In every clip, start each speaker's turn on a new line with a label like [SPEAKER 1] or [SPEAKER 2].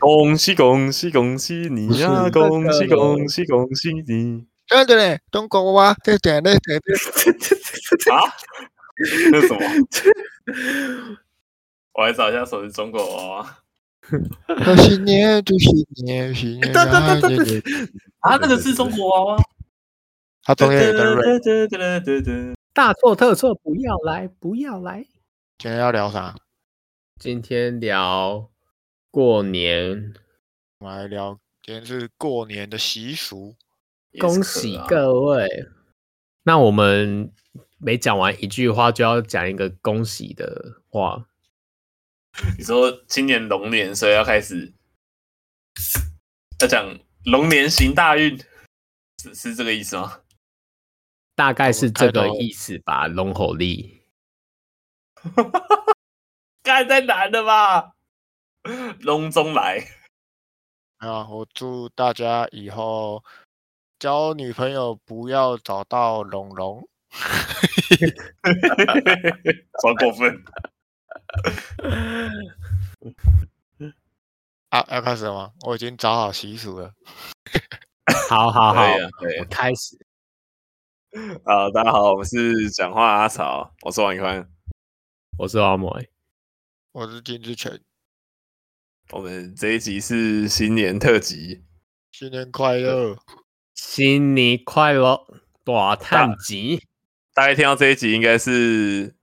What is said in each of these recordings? [SPEAKER 1] 恭喜恭喜恭喜你呀、
[SPEAKER 2] 是
[SPEAKER 1] 恭喜
[SPEAKER 2] 真的
[SPEAKER 1] 恭喜恭喜你！
[SPEAKER 2] 对对对，中国娃娃，对对对对对，
[SPEAKER 3] 啊？那是什么？ 我来找一下手机中国娃娃
[SPEAKER 2] 祝新年，祝新年，新年
[SPEAKER 3] 哒哒哒
[SPEAKER 2] 快
[SPEAKER 3] 哒
[SPEAKER 2] 乐
[SPEAKER 3] 哒。 啊，那个是中国娃娃。
[SPEAKER 2] 他中间有一个 rap，
[SPEAKER 4] 大错特错，不要来，不要来。
[SPEAKER 2] 今天要聊啥？
[SPEAKER 5] 今天聊过年，
[SPEAKER 2] 我们来聊，今天是过年的习俗。
[SPEAKER 4] 恭
[SPEAKER 3] 也
[SPEAKER 4] 喜
[SPEAKER 3] 是可
[SPEAKER 4] 各位！
[SPEAKER 5] 那我们每讲完一句话就要讲一个恭喜的话。
[SPEAKER 3] 啊。你说今年龙年，所以要开始要讲龙年行大运，是是这个意思吗？
[SPEAKER 5] 大概是这
[SPEAKER 2] 开
[SPEAKER 5] 个
[SPEAKER 2] 头
[SPEAKER 5] 意思吧，龙吼力。
[SPEAKER 3] 干太难了吧？龙中来，
[SPEAKER 2] 啊，我祝大家以后交女朋友不要找到龙龙。
[SPEAKER 3] 超过分。
[SPEAKER 2] 啊，要开始了吗？我已经找好习俗了。
[SPEAKER 5] 好好好，
[SPEAKER 3] 可以啊可以啊
[SPEAKER 5] 我开始。
[SPEAKER 1] 好，大家好，我是讲话阿草，我是王一宽，
[SPEAKER 5] 我是阿莫，
[SPEAKER 2] 我是金志全，
[SPEAKER 1] 我们这一集是新年特辑，
[SPEAKER 2] 新年快乐！
[SPEAKER 5] 新年快乐，大探吉。
[SPEAKER 1] 大家听到这一集应该是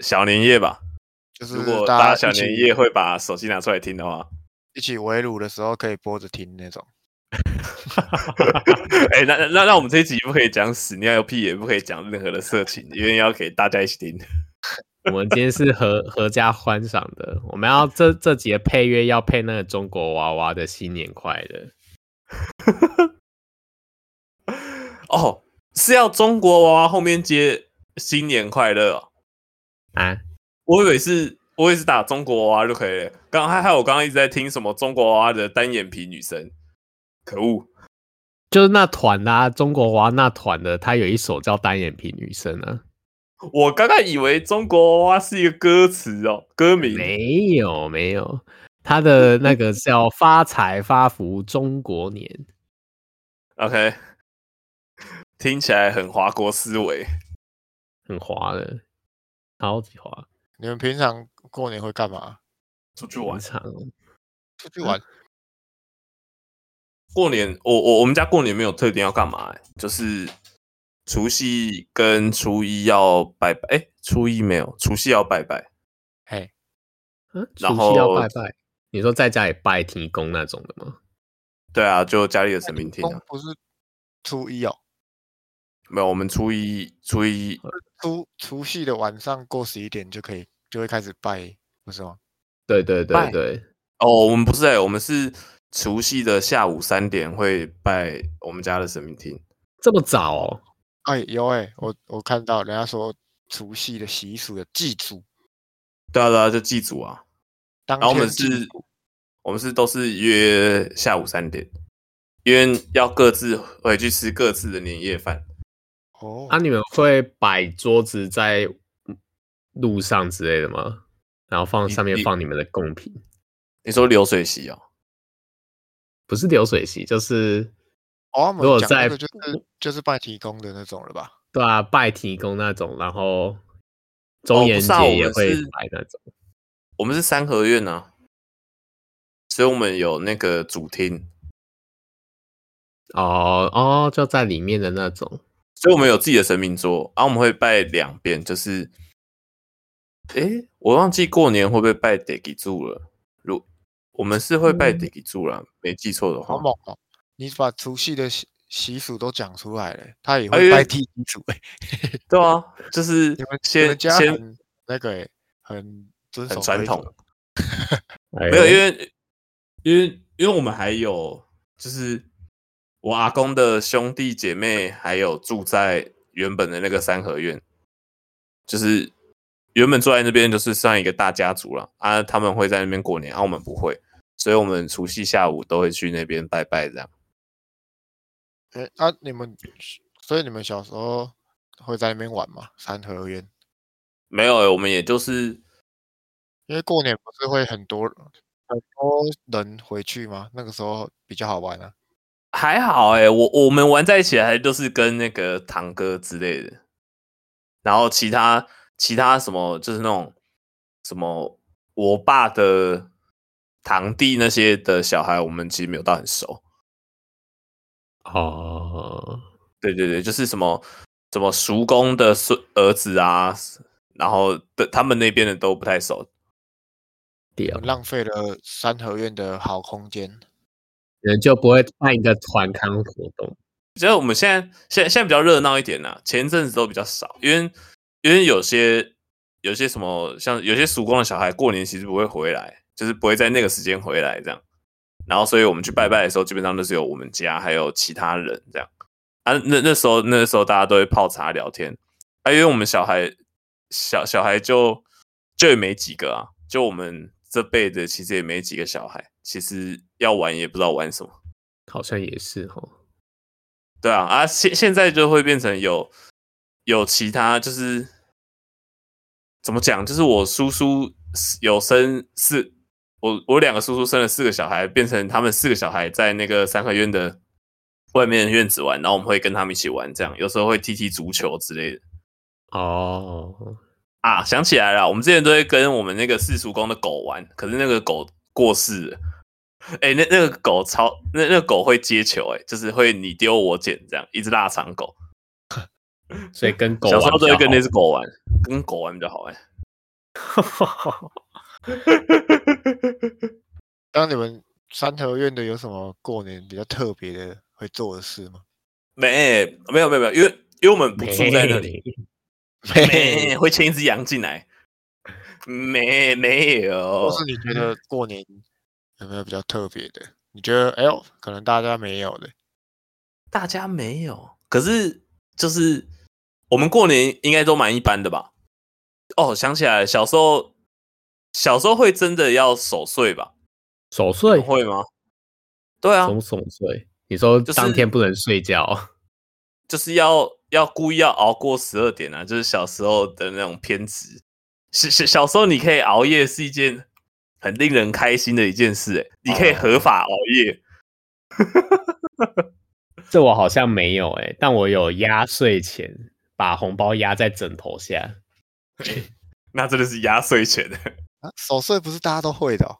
[SPEAKER 1] 小年夜吧？
[SPEAKER 2] 就是
[SPEAKER 1] 如果大
[SPEAKER 2] 大
[SPEAKER 1] 家小
[SPEAKER 2] 一起
[SPEAKER 1] 年夜会把手机拿出来听的话，
[SPEAKER 2] 一起围炉的时候可以播着听那种。
[SPEAKER 1] 哎、那那那那我们这一集不可以讲屎尿屁，也不可以讲任何的色情，因为要给大家一起听。
[SPEAKER 5] 我们今天是合 合家欢赏的，我们要这这集的配乐要配那个中国娃娃的新年快乐。
[SPEAKER 1] 哦，是要中国娃娃后面接新年快乐、哦，
[SPEAKER 5] 啊，
[SPEAKER 1] 我以为是，我也是打中国娃娃就可以了。刚还还有我刚刚一直在听什么中国娃娃的单眼皮女生，可恶！
[SPEAKER 5] 就是那团啦、中国娃那团的，他有一首叫《单眼皮女生》啊，
[SPEAKER 1] 我刚刚以为中国娃娃是一个歌词哦，歌名。
[SPEAKER 5] 没有没有，他的那个叫“发财发福中国年
[SPEAKER 1] OK，听起来很华国思维。”，
[SPEAKER 5] 很滑的，超级滑，
[SPEAKER 2] 你们平常过年会干嘛？
[SPEAKER 3] 出去
[SPEAKER 5] 很
[SPEAKER 3] 玩，
[SPEAKER 5] 长哦。
[SPEAKER 2] 出去
[SPEAKER 1] 嗯
[SPEAKER 2] 玩？
[SPEAKER 1] 过年，我我我们家过年没有特定要干嘛、欸，就是除夕跟初一要拜拜。哎、初一没有，除夕要拜拜。
[SPEAKER 2] 嘿，
[SPEAKER 5] 嗯，除
[SPEAKER 1] 然
[SPEAKER 5] 夕要
[SPEAKER 1] 后
[SPEAKER 5] 拜拜，你说在家里拜天公那种的吗？
[SPEAKER 1] 对啊，就家里的神明厅
[SPEAKER 2] 公
[SPEAKER 1] 啊。
[SPEAKER 2] 不是初一哦，
[SPEAKER 1] 没有，我们初一初一
[SPEAKER 2] 初除夕的晚上过十一点就可以，就会开始拜，不是吗？
[SPEAKER 5] 对对
[SPEAKER 2] 拜
[SPEAKER 5] 对对，
[SPEAKER 1] 哦，我们不是哎、我们是除夕的下午三点会拜我们家的神明厅。
[SPEAKER 5] 这么早、哦？
[SPEAKER 2] 哎，有哎、
[SPEAKER 1] 嗯
[SPEAKER 2] 我我看到人家说除夕的习俗有祭祖，
[SPEAKER 1] 对啊，对啊，就祭祖啊。
[SPEAKER 2] 当
[SPEAKER 1] 然后我
[SPEAKER 2] 天
[SPEAKER 1] 们
[SPEAKER 2] 祭
[SPEAKER 1] 是
[SPEAKER 2] 祖，
[SPEAKER 1] 我们是都是约下午三点，因为要各自回去吃各自的年夜饭。
[SPEAKER 2] 哦，
[SPEAKER 5] 啊，你们会摆桌子在路上之类的吗？然后放
[SPEAKER 1] 你
[SPEAKER 5] 上面
[SPEAKER 1] 你
[SPEAKER 5] 放你们的贡品，
[SPEAKER 1] 你说流水席哦？
[SPEAKER 5] 不是流水席，就是
[SPEAKER 2] 哦，我
[SPEAKER 5] 如
[SPEAKER 2] 们
[SPEAKER 5] 果
[SPEAKER 2] 讲那
[SPEAKER 5] 在
[SPEAKER 2] 个就是就是拜提供的那种了吧？
[SPEAKER 5] 对啊，拜提公那种，然后中
[SPEAKER 1] 不
[SPEAKER 5] 元
[SPEAKER 1] 是啊我
[SPEAKER 5] 节也
[SPEAKER 1] 们
[SPEAKER 5] 会
[SPEAKER 1] 是
[SPEAKER 5] 拜那种。
[SPEAKER 1] 我们是三合院啊，所以我们有那个主厅，
[SPEAKER 5] 哦哦，就在里面的那种。
[SPEAKER 1] 所以我们有自己的神明桌，然、后我们会拜两遍，就是，诶，我忘记过年会不会拜得给柱了。如我们是会拜
[SPEAKER 5] 嗯
[SPEAKER 1] 得给柱啦，没记错的话
[SPEAKER 2] 好。猛哦！你把除夕的习习俗都讲出来了，他也
[SPEAKER 1] 哎因
[SPEAKER 2] 会
[SPEAKER 1] 为
[SPEAKER 2] 拜地基主哎、
[SPEAKER 1] 对啊，就是
[SPEAKER 2] 你们你
[SPEAKER 1] 先
[SPEAKER 2] 们家
[SPEAKER 1] 先
[SPEAKER 2] 很那个哎、很遵守
[SPEAKER 1] 很传
[SPEAKER 2] 规则
[SPEAKER 1] 统，
[SPEAKER 5] 没
[SPEAKER 1] 没有，因为因为因为我们还有就是我阿公的兄弟姐妹，还有住在原本的那个三合院，就是原本住在那边就是算一个大家族了啊，他们会在那边过年，啊，我们不会，所以我们除夕下午都会去那边拜拜这样。
[SPEAKER 2] 哎、啊，你们所以你们小时候会在那边玩吗？三合院，
[SPEAKER 1] 没有欸、我们也就是
[SPEAKER 2] 因为过年不是会很多很多人回去吗？那个时候比较好玩啊。
[SPEAKER 1] 还好哎、我我们玩在一起还都是跟那个堂哥之类的，然后其他其他什么就是那种什么我爸的堂弟那些的小孩，我们其实没有到很熟。
[SPEAKER 5] 哎哦，
[SPEAKER 1] 对对对，就是什么什么叔公的孙儿子啊，然后的他们那边的都不太熟。
[SPEAKER 5] 屌，
[SPEAKER 2] 浪费了三合院的好空间。
[SPEAKER 5] 人就不会办一个团康活动。
[SPEAKER 1] 觉得我们现在现在现在比较热闹一点啦、啊前一阵子都比较少，因为因为有些有些什么像有些叔公的小孩过年其实不会回来，就是不会在那个时间回来这样。然后所以我们去拜拜的时候，基本上都是有我们家还有其他人这样啊。那那时候那时候大家都会泡茶聊天啊，因为我们小孩小小孩就就也没几个啊，就我们这辈的其实也没几个小孩，其实要玩也不知道玩什么。
[SPEAKER 5] 好像也是哦，
[SPEAKER 1] 对啊，啊，现现在就会变成有有其他，就是怎么讲，就是我叔叔有生四，我我两个叔叔生了四个小孩，变成他们四个小孩在那个三合院的外面的院子玩，然后我们会跟他们一起玩，这样有时候会踢踢足球之类的
[SPEAKER 5] 哦，
[SPEAKER 1] 啊。想起来了，我们之前都会跟我们那个四叔公的狗玩，可是那个狗过世了。哎、那那个狗超，那那个狗会接球、欸，哎，就是会你丢我捡这样，一只腊肠狗。
[SPEAKER 5] 所以跟狗
[SPEAKER 1] 小时候
[SPEAKER 5] 玩
[SPEAKER 1] 都会
[SPEAKER 5] 比较
[SPEAKER 1] 跟
[SPEAKER 5] 好
[SPEAKER 1] 那只狗玩，跟狗玩比较好欸玩。
[SPEAKER 2] 当你们三合院的有什么过年比较特别的会做的事吗？
[SPEAKER 1] 没，没有没有没有，因为因为我们不住在那里，
[SPEAKER 5] 里，
[SPEAKER 1] 没会牵一只羊进来，没没有
[SPEAKER 2] 或是你觉得过年有没有比较特别的？你觉得哎呦，可能大家没有的，
[SPEAKER 1] 大家没有，可是就是我们过年应该都蛮一般的吧？哦，想起来了小时候小时候会真的要守岁吧？
[SPEAKER 5] 守岁
[SPEAKER 1] 你们会吗？对啊
[SPEAKER 5] 什，么守岁？你说
[SPEAKER 1] 就是
[SPEAKER 5] 当天不能睡觉，
[SPEAKER 1] 就是要要故意要熬过十二点啊，就是小时候的那种偏执。小小小时候你可以熬夜是一件很令人开心的一件事、欸，你可以合法熬夜。
[SPEAKER 5] 这我好像没有哎、但我有压岁钱，把红包压在枕头下。
[SPEAKER 1] 那真的是压岁钱，
[SPEAKER 2] 啊，守岁不是大家都会的、哦，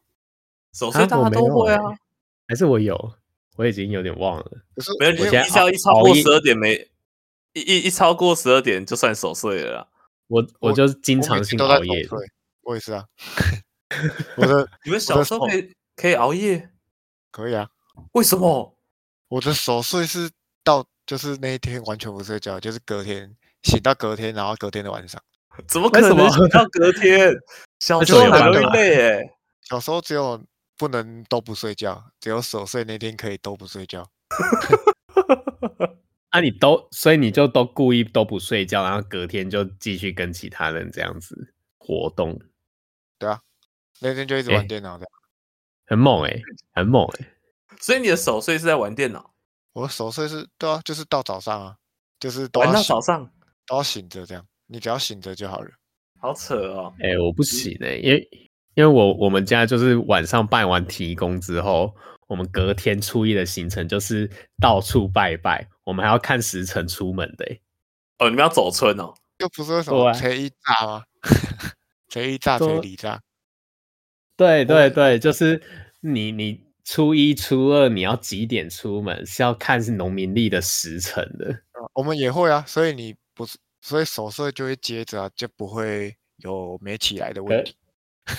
[SPEAKER 1] 守岁大
[SPEAKER 5] 我
[SPEAKER 1] 家
[SPEAKER 5] 没
[SPEAKER 1] 都
[SPEAKER 5] 有
[SPEAKER 1] 会啊，
[SPEAKER 5] 欸还是我有？我已经有点忘了。
[SPEAKER 2] 可是
[SPEAKER 1] 没有你
[SPEAKER 2] 我
[SPEAKER 1] 一
[SPEAKER 5] 现在
[SPEAKER 1] 只要一超
[SPEAKER 5] 熬
[SPEAKER 1] 过
[SPEAKER 5] 夜
[SPEAKER 1] 十二点没一一一超过十二点就算守岁了啦。
[SPEAKER 5] 我
[SPEAKER 2] 我
[SPEAKER 5] 我就经
[SPEAKER 2] 我
[SPEAKER 5] 常
[SPEAKER 2] 每次
[SPEAKER 5] 性
[SPEAKER 2] 都在
[SPEAKER 5] 熬
[SPEAKER 2] 守
[SPEAKER 5] 夜的，
[SPEAKER 2] 岁，我也是 啊。我的
[SPEAKER 1] 你们小时候可以可以熬夜，
[SPEAKER 2] 可以啊，
[SPEAKER 1] 为什么？
[SPEAKER 2] 我的守岁是到就是那一天完全不睡觉，就是隔天醒到隔天，然后隔天的晚上。
[SPEAKER 1] 怎么可能
[SPEAKER 5] 为什
[SPEAKER 1] 想
[SPEAKER 5] 么
[SPEAKER 1] 到隔天？小
[SPEAKER 5] 那
[SPEAKER 1] 时
[SPEAKER 5] 时候
[SPEAKER 1] 候
[SPEAKER 5] 有
[SPEAKER 1] 很
[SPEAKER 5] 办
[SPEAKER 1] 容易
[SPEAKER 5] 法
[SPEAKER 1] 累哎、
[SPEAKER 2] 小时候只有不能都不睡觉，只有守岁那天可以都不睡觉。
[SPEAKER 5] 啊，你都所以你就都故意都不睡觉，然后隔天就继续跟其他人这样子活动，
[SPEAKER 2] 那天就一直玩
[SPEAKER 5] 哎
[SPEAKER 2] 电脑的。
[SPEAKER 5] 很猛哎、很猛哎、
[SPEAKER 1] 所以你的守岁是在玩电脑，
[SPEAKER 2] 我守岁是对啊，就是到早上啊，就是都
[SPEAKER 1] 玩
[SPEAKER 2] 要
[SPEAKER 1] 到
[SPEAKER 2] 醒
[SPEAKER 1] 早上，
[SPEAKER 2] 都要醒着这样，你只要醒着就好了。
[SPEAKER 1] 好扯哦。
[SPEAKER 5] 哎、我不行哎、因为因为我我们家就是晚上办完提工之后，我们隔天初一的行程就是到处拜拜，我们还要看时辰出门的、欸。
[SPEAKER 1] 哦，你们要走村哦？
[SPEAKER 2] 就不是为什
[SPEAKER 5] 对
[SPEAKER 2] 么
[SPEAKER 5] 啊
[SPEAKER 2] 谁一炸吗？ 谁一炸
[SPEAKER 5] 对
[SPEAKER 2] 谁离炸，
[SPEAKER 5] 对
[SPEAKER 2] 对
[SPEAKER 5] 对对，就是你你初一初二你要几点出门是要看是农民历的时辰 的。
[SPEAKER 2] 我们也会啊，所以你不是，所以守岁就会接着啊，就不会有没起来的问
[SPEAKER 5] 可
[SPEAKER 2] 题。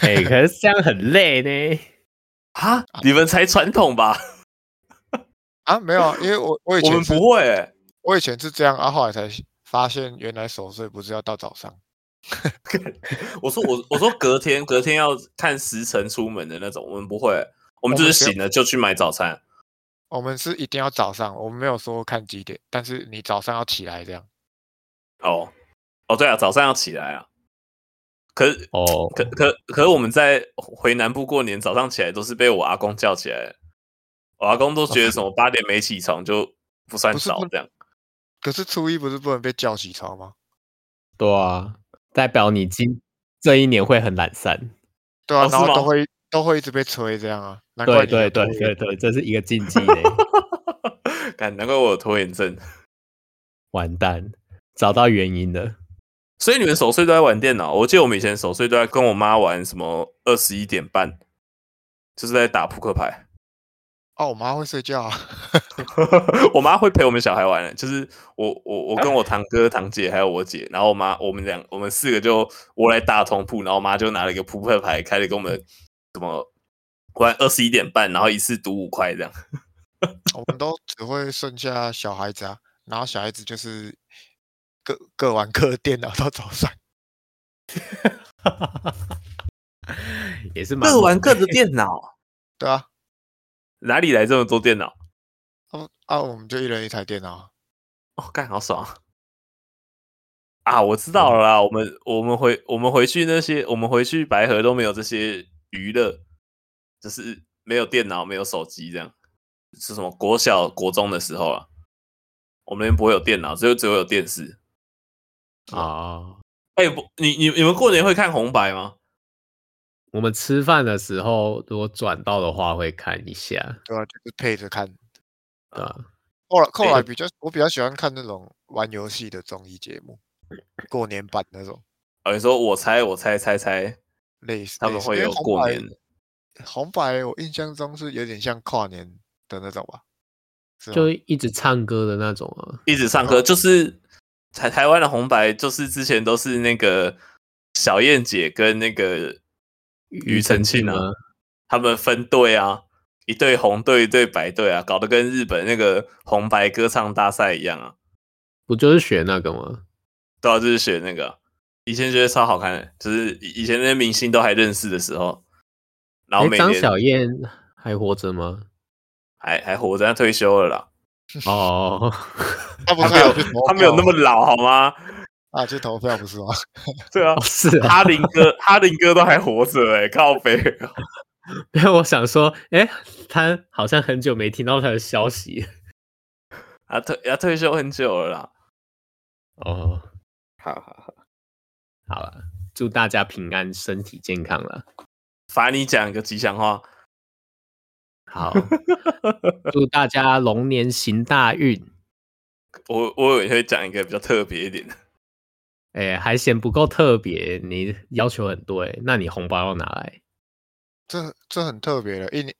[SPEAKER 5] 哎、可是这样很累呢。
[SPEAKER 1] 啊，你们才传统吧？
[SPEAKER 2] 啊，没有啊，因为我我
[SPEAKER 1] 我
[SPEAKER 2] 以前
[SPEAKER 1] 们
[SPEAKER 2] 是
[SPEAKER 1] 不会欸、
[SPEAKER 2] 我以前是这样啊，后来才发现原来守岁不是要到早上，
[SPEAKER 1] 我说我我说隔天隔天要看时辰出门的那种，我们不会欸、我们就是醒了就去买早餐。
[SPEAKER 2] 我们是一定要早上，我们没有说看几点，但是你早上要起来这样。
[SPEAKER 1] 哦哦，对啊，早上要起来啊。可是
[SPEAKER 5] 哦，
[SPEAKER 1] 可可可是我们在回南部过年，早上起来都是被我阿公叫起来的。我阿公都觉得什么八点没起床就不算
[SPEAKER 2] 不是
[SPEAKER 1] 早
[SPEAKER 2] 不
[SPEAKER 1] 这样。
[SPEAKER 2] 可是初一不是不能被叫起床吗？
[SPEAKER 5] 对啊，代表你今这一年会很懒散。
[SPEAKER 2] 对啊，
[SPEAKER 1] 哦
[SPEAKER 2] 然
[SPEAKER 1] 是
[SPEAKER 2] 后都
[SPEAKER 1] 吗
[SPEAKER 2] 会都会一直被催这样啊。难怪
[SPEAKER 5] 对
[SPEAKER 2] 你有
[SPEAKER 5] 对对
[SPEAKER 2] 拖延
[SPEAKER 5] 对对，这是一个禁忌嘞，
[SPEAKER 1] 感难怪我有拖延症。
[SPEAKER 5] 完蛋，找到原因了。
[SPEAKER 1] 所以你们守岁都在玩电脑？我记得我们以前守岁都在跟我妈玩什么二十一点半，就是在打扑克牌。
[SPEAKER 2] 哦，我妈会睡觉、啊，
[SPEAKER 1] 我妈会陪我们小孩玩的，就是我我我跟我堂哥、堂姐还有我姐，然后我妈我们两我们四个就窝来大通铺，然后我妈就拿了一个扑克牌开始跟我们什么玩二十一点半，然后一次赌五块这 样。
[SPEAKER 2] 我们都只会剩下小孩子啊，然后小孩子就是各各玩各的电脑到早上。
[SPEAKER 5] 也是蛮
[SPEAKER 1] 各玩各的电脑，
[SPEAKER 2] 对啊，
[SPEAKER 1] 哪里来这么多电脑？
[SPEAKER 2] 他们啊，我们就一人一台电脑啊。
[SPEAKER 1] 哦，干好爽啊！啊我知道了啦，我们我们回我们回去那些，我们回去白河都没有这些娱乐，就是没有电脑，没有手机，这样是什么？国小国中的时候啊，我们那边不会有电脑，只有只有有电视。
[SPEAKER 5] 哦。
[SPEAKER 1] 哎、不，你你你们过年会看红白吗？
[SPEAKER 5] 我们吃饭的时候，如果转到的话，会看一下，
[SPEAKER 2] 对啊，就是配着看。
[SPEAKER 5] 对啊吧、
[SPEAKER 1] 哦
[SPEAKER 2] 后来后
[SPEAKER 1] 配
[SPEAKER 2] 来
[SPEAKER 1] 着
[SPEAKER 2] 比较，我比较喜欢看那种玩游戏的综艺节目，过年版那种
[SPEAKER 1] 啊，你说我猜我猜猜猜，
[SPEAKER 2] 类似。
[SPEAKER 1] 他们
[SPEAKER 2] 类似
[SPEAKER 1] 会
[SPEAKER 2] 哎因为
[SPEAKER 1] 有
[SPEAKER 2] 红
[SPEAKER 1] 过
[SPEAKER 2] 白
[SPEAKER 1] 年的
[SPEAKER 2] 红白，我印象中是有点像跨年的那种吧？是吗
[SPEAKER 5] 就
[SPEAKER 1] 哦
[SPEAKER 5] 一直唱歌的那种啊。
[SPEAKER 1] 一直唱歌，就是台台湾的红白，就是之前都是那个小燕姐跟那个庾澄庆啊
[SPEAKER 5] 吗，
[SPEAKER 1] 他们分队啊，一队红队，一队白队啊，搞得跟日本那个红白歌唱大赛一样啊，
[SPEAKER 5] 不就是学那个吗？
[SPEAKER 1] 对啊，就是选那个啊，以前觉得超好看的，就是以以前那些明星都还认识的时候，然后
[SPEAKER 5] 哎，
[SPEAKER 1] 每
[SPEAKER 5] 张
[SPEAKER 1] 年
[SPEAKER 5] 小燕还活 着吗？
[SPEAKER 1] 还还活着，他退休了啦，
[SPEAKER 5] 哦，
[SPEAKER 2] 他不
[SPEAKER 1] 他
[SPEAKER 2] 是
[SPEAKER 1] 没
[SPEAKER 2] 还
[SPEAKER 1] 有
[SPEAKER 2] 去投
[SPEAKER 1] 他没有那
[SPEAKER 2] 票
[SPEAKER 1] 么老好吗？
[SPEAKER 2] 啊，去投票不是吗？
[SPEAKER 1] 对啊
[SPEAKER 5] 哦， 是啊，
[SPEAKER 1] 哈林哥，哈林哥都还活着哎、靠北。
[SPEAKER 5] 因为我想说，哎，他好像很久没听到他的消息
[SPEAKER 1] 啊退啊退休很久了啦。
[SPEAKER 5] 哦。
[SPEAKER 1] 好好好，
[SPEAKER 5] 好了，祝大家平安，身体健康了。
[SPEAKER 1] 罚你讲一个吉祥话。
[SPEAKER 5] 好，祝大家龙年行大运。
[SPEAKER 1] 我我也会讲一个比较特别一点的。
[SPEAKER 5] 哎、还嫌不够特别，你要求很多哎、那你红包要拿来？
[SPEAKER 2] 这这很特别的，一年，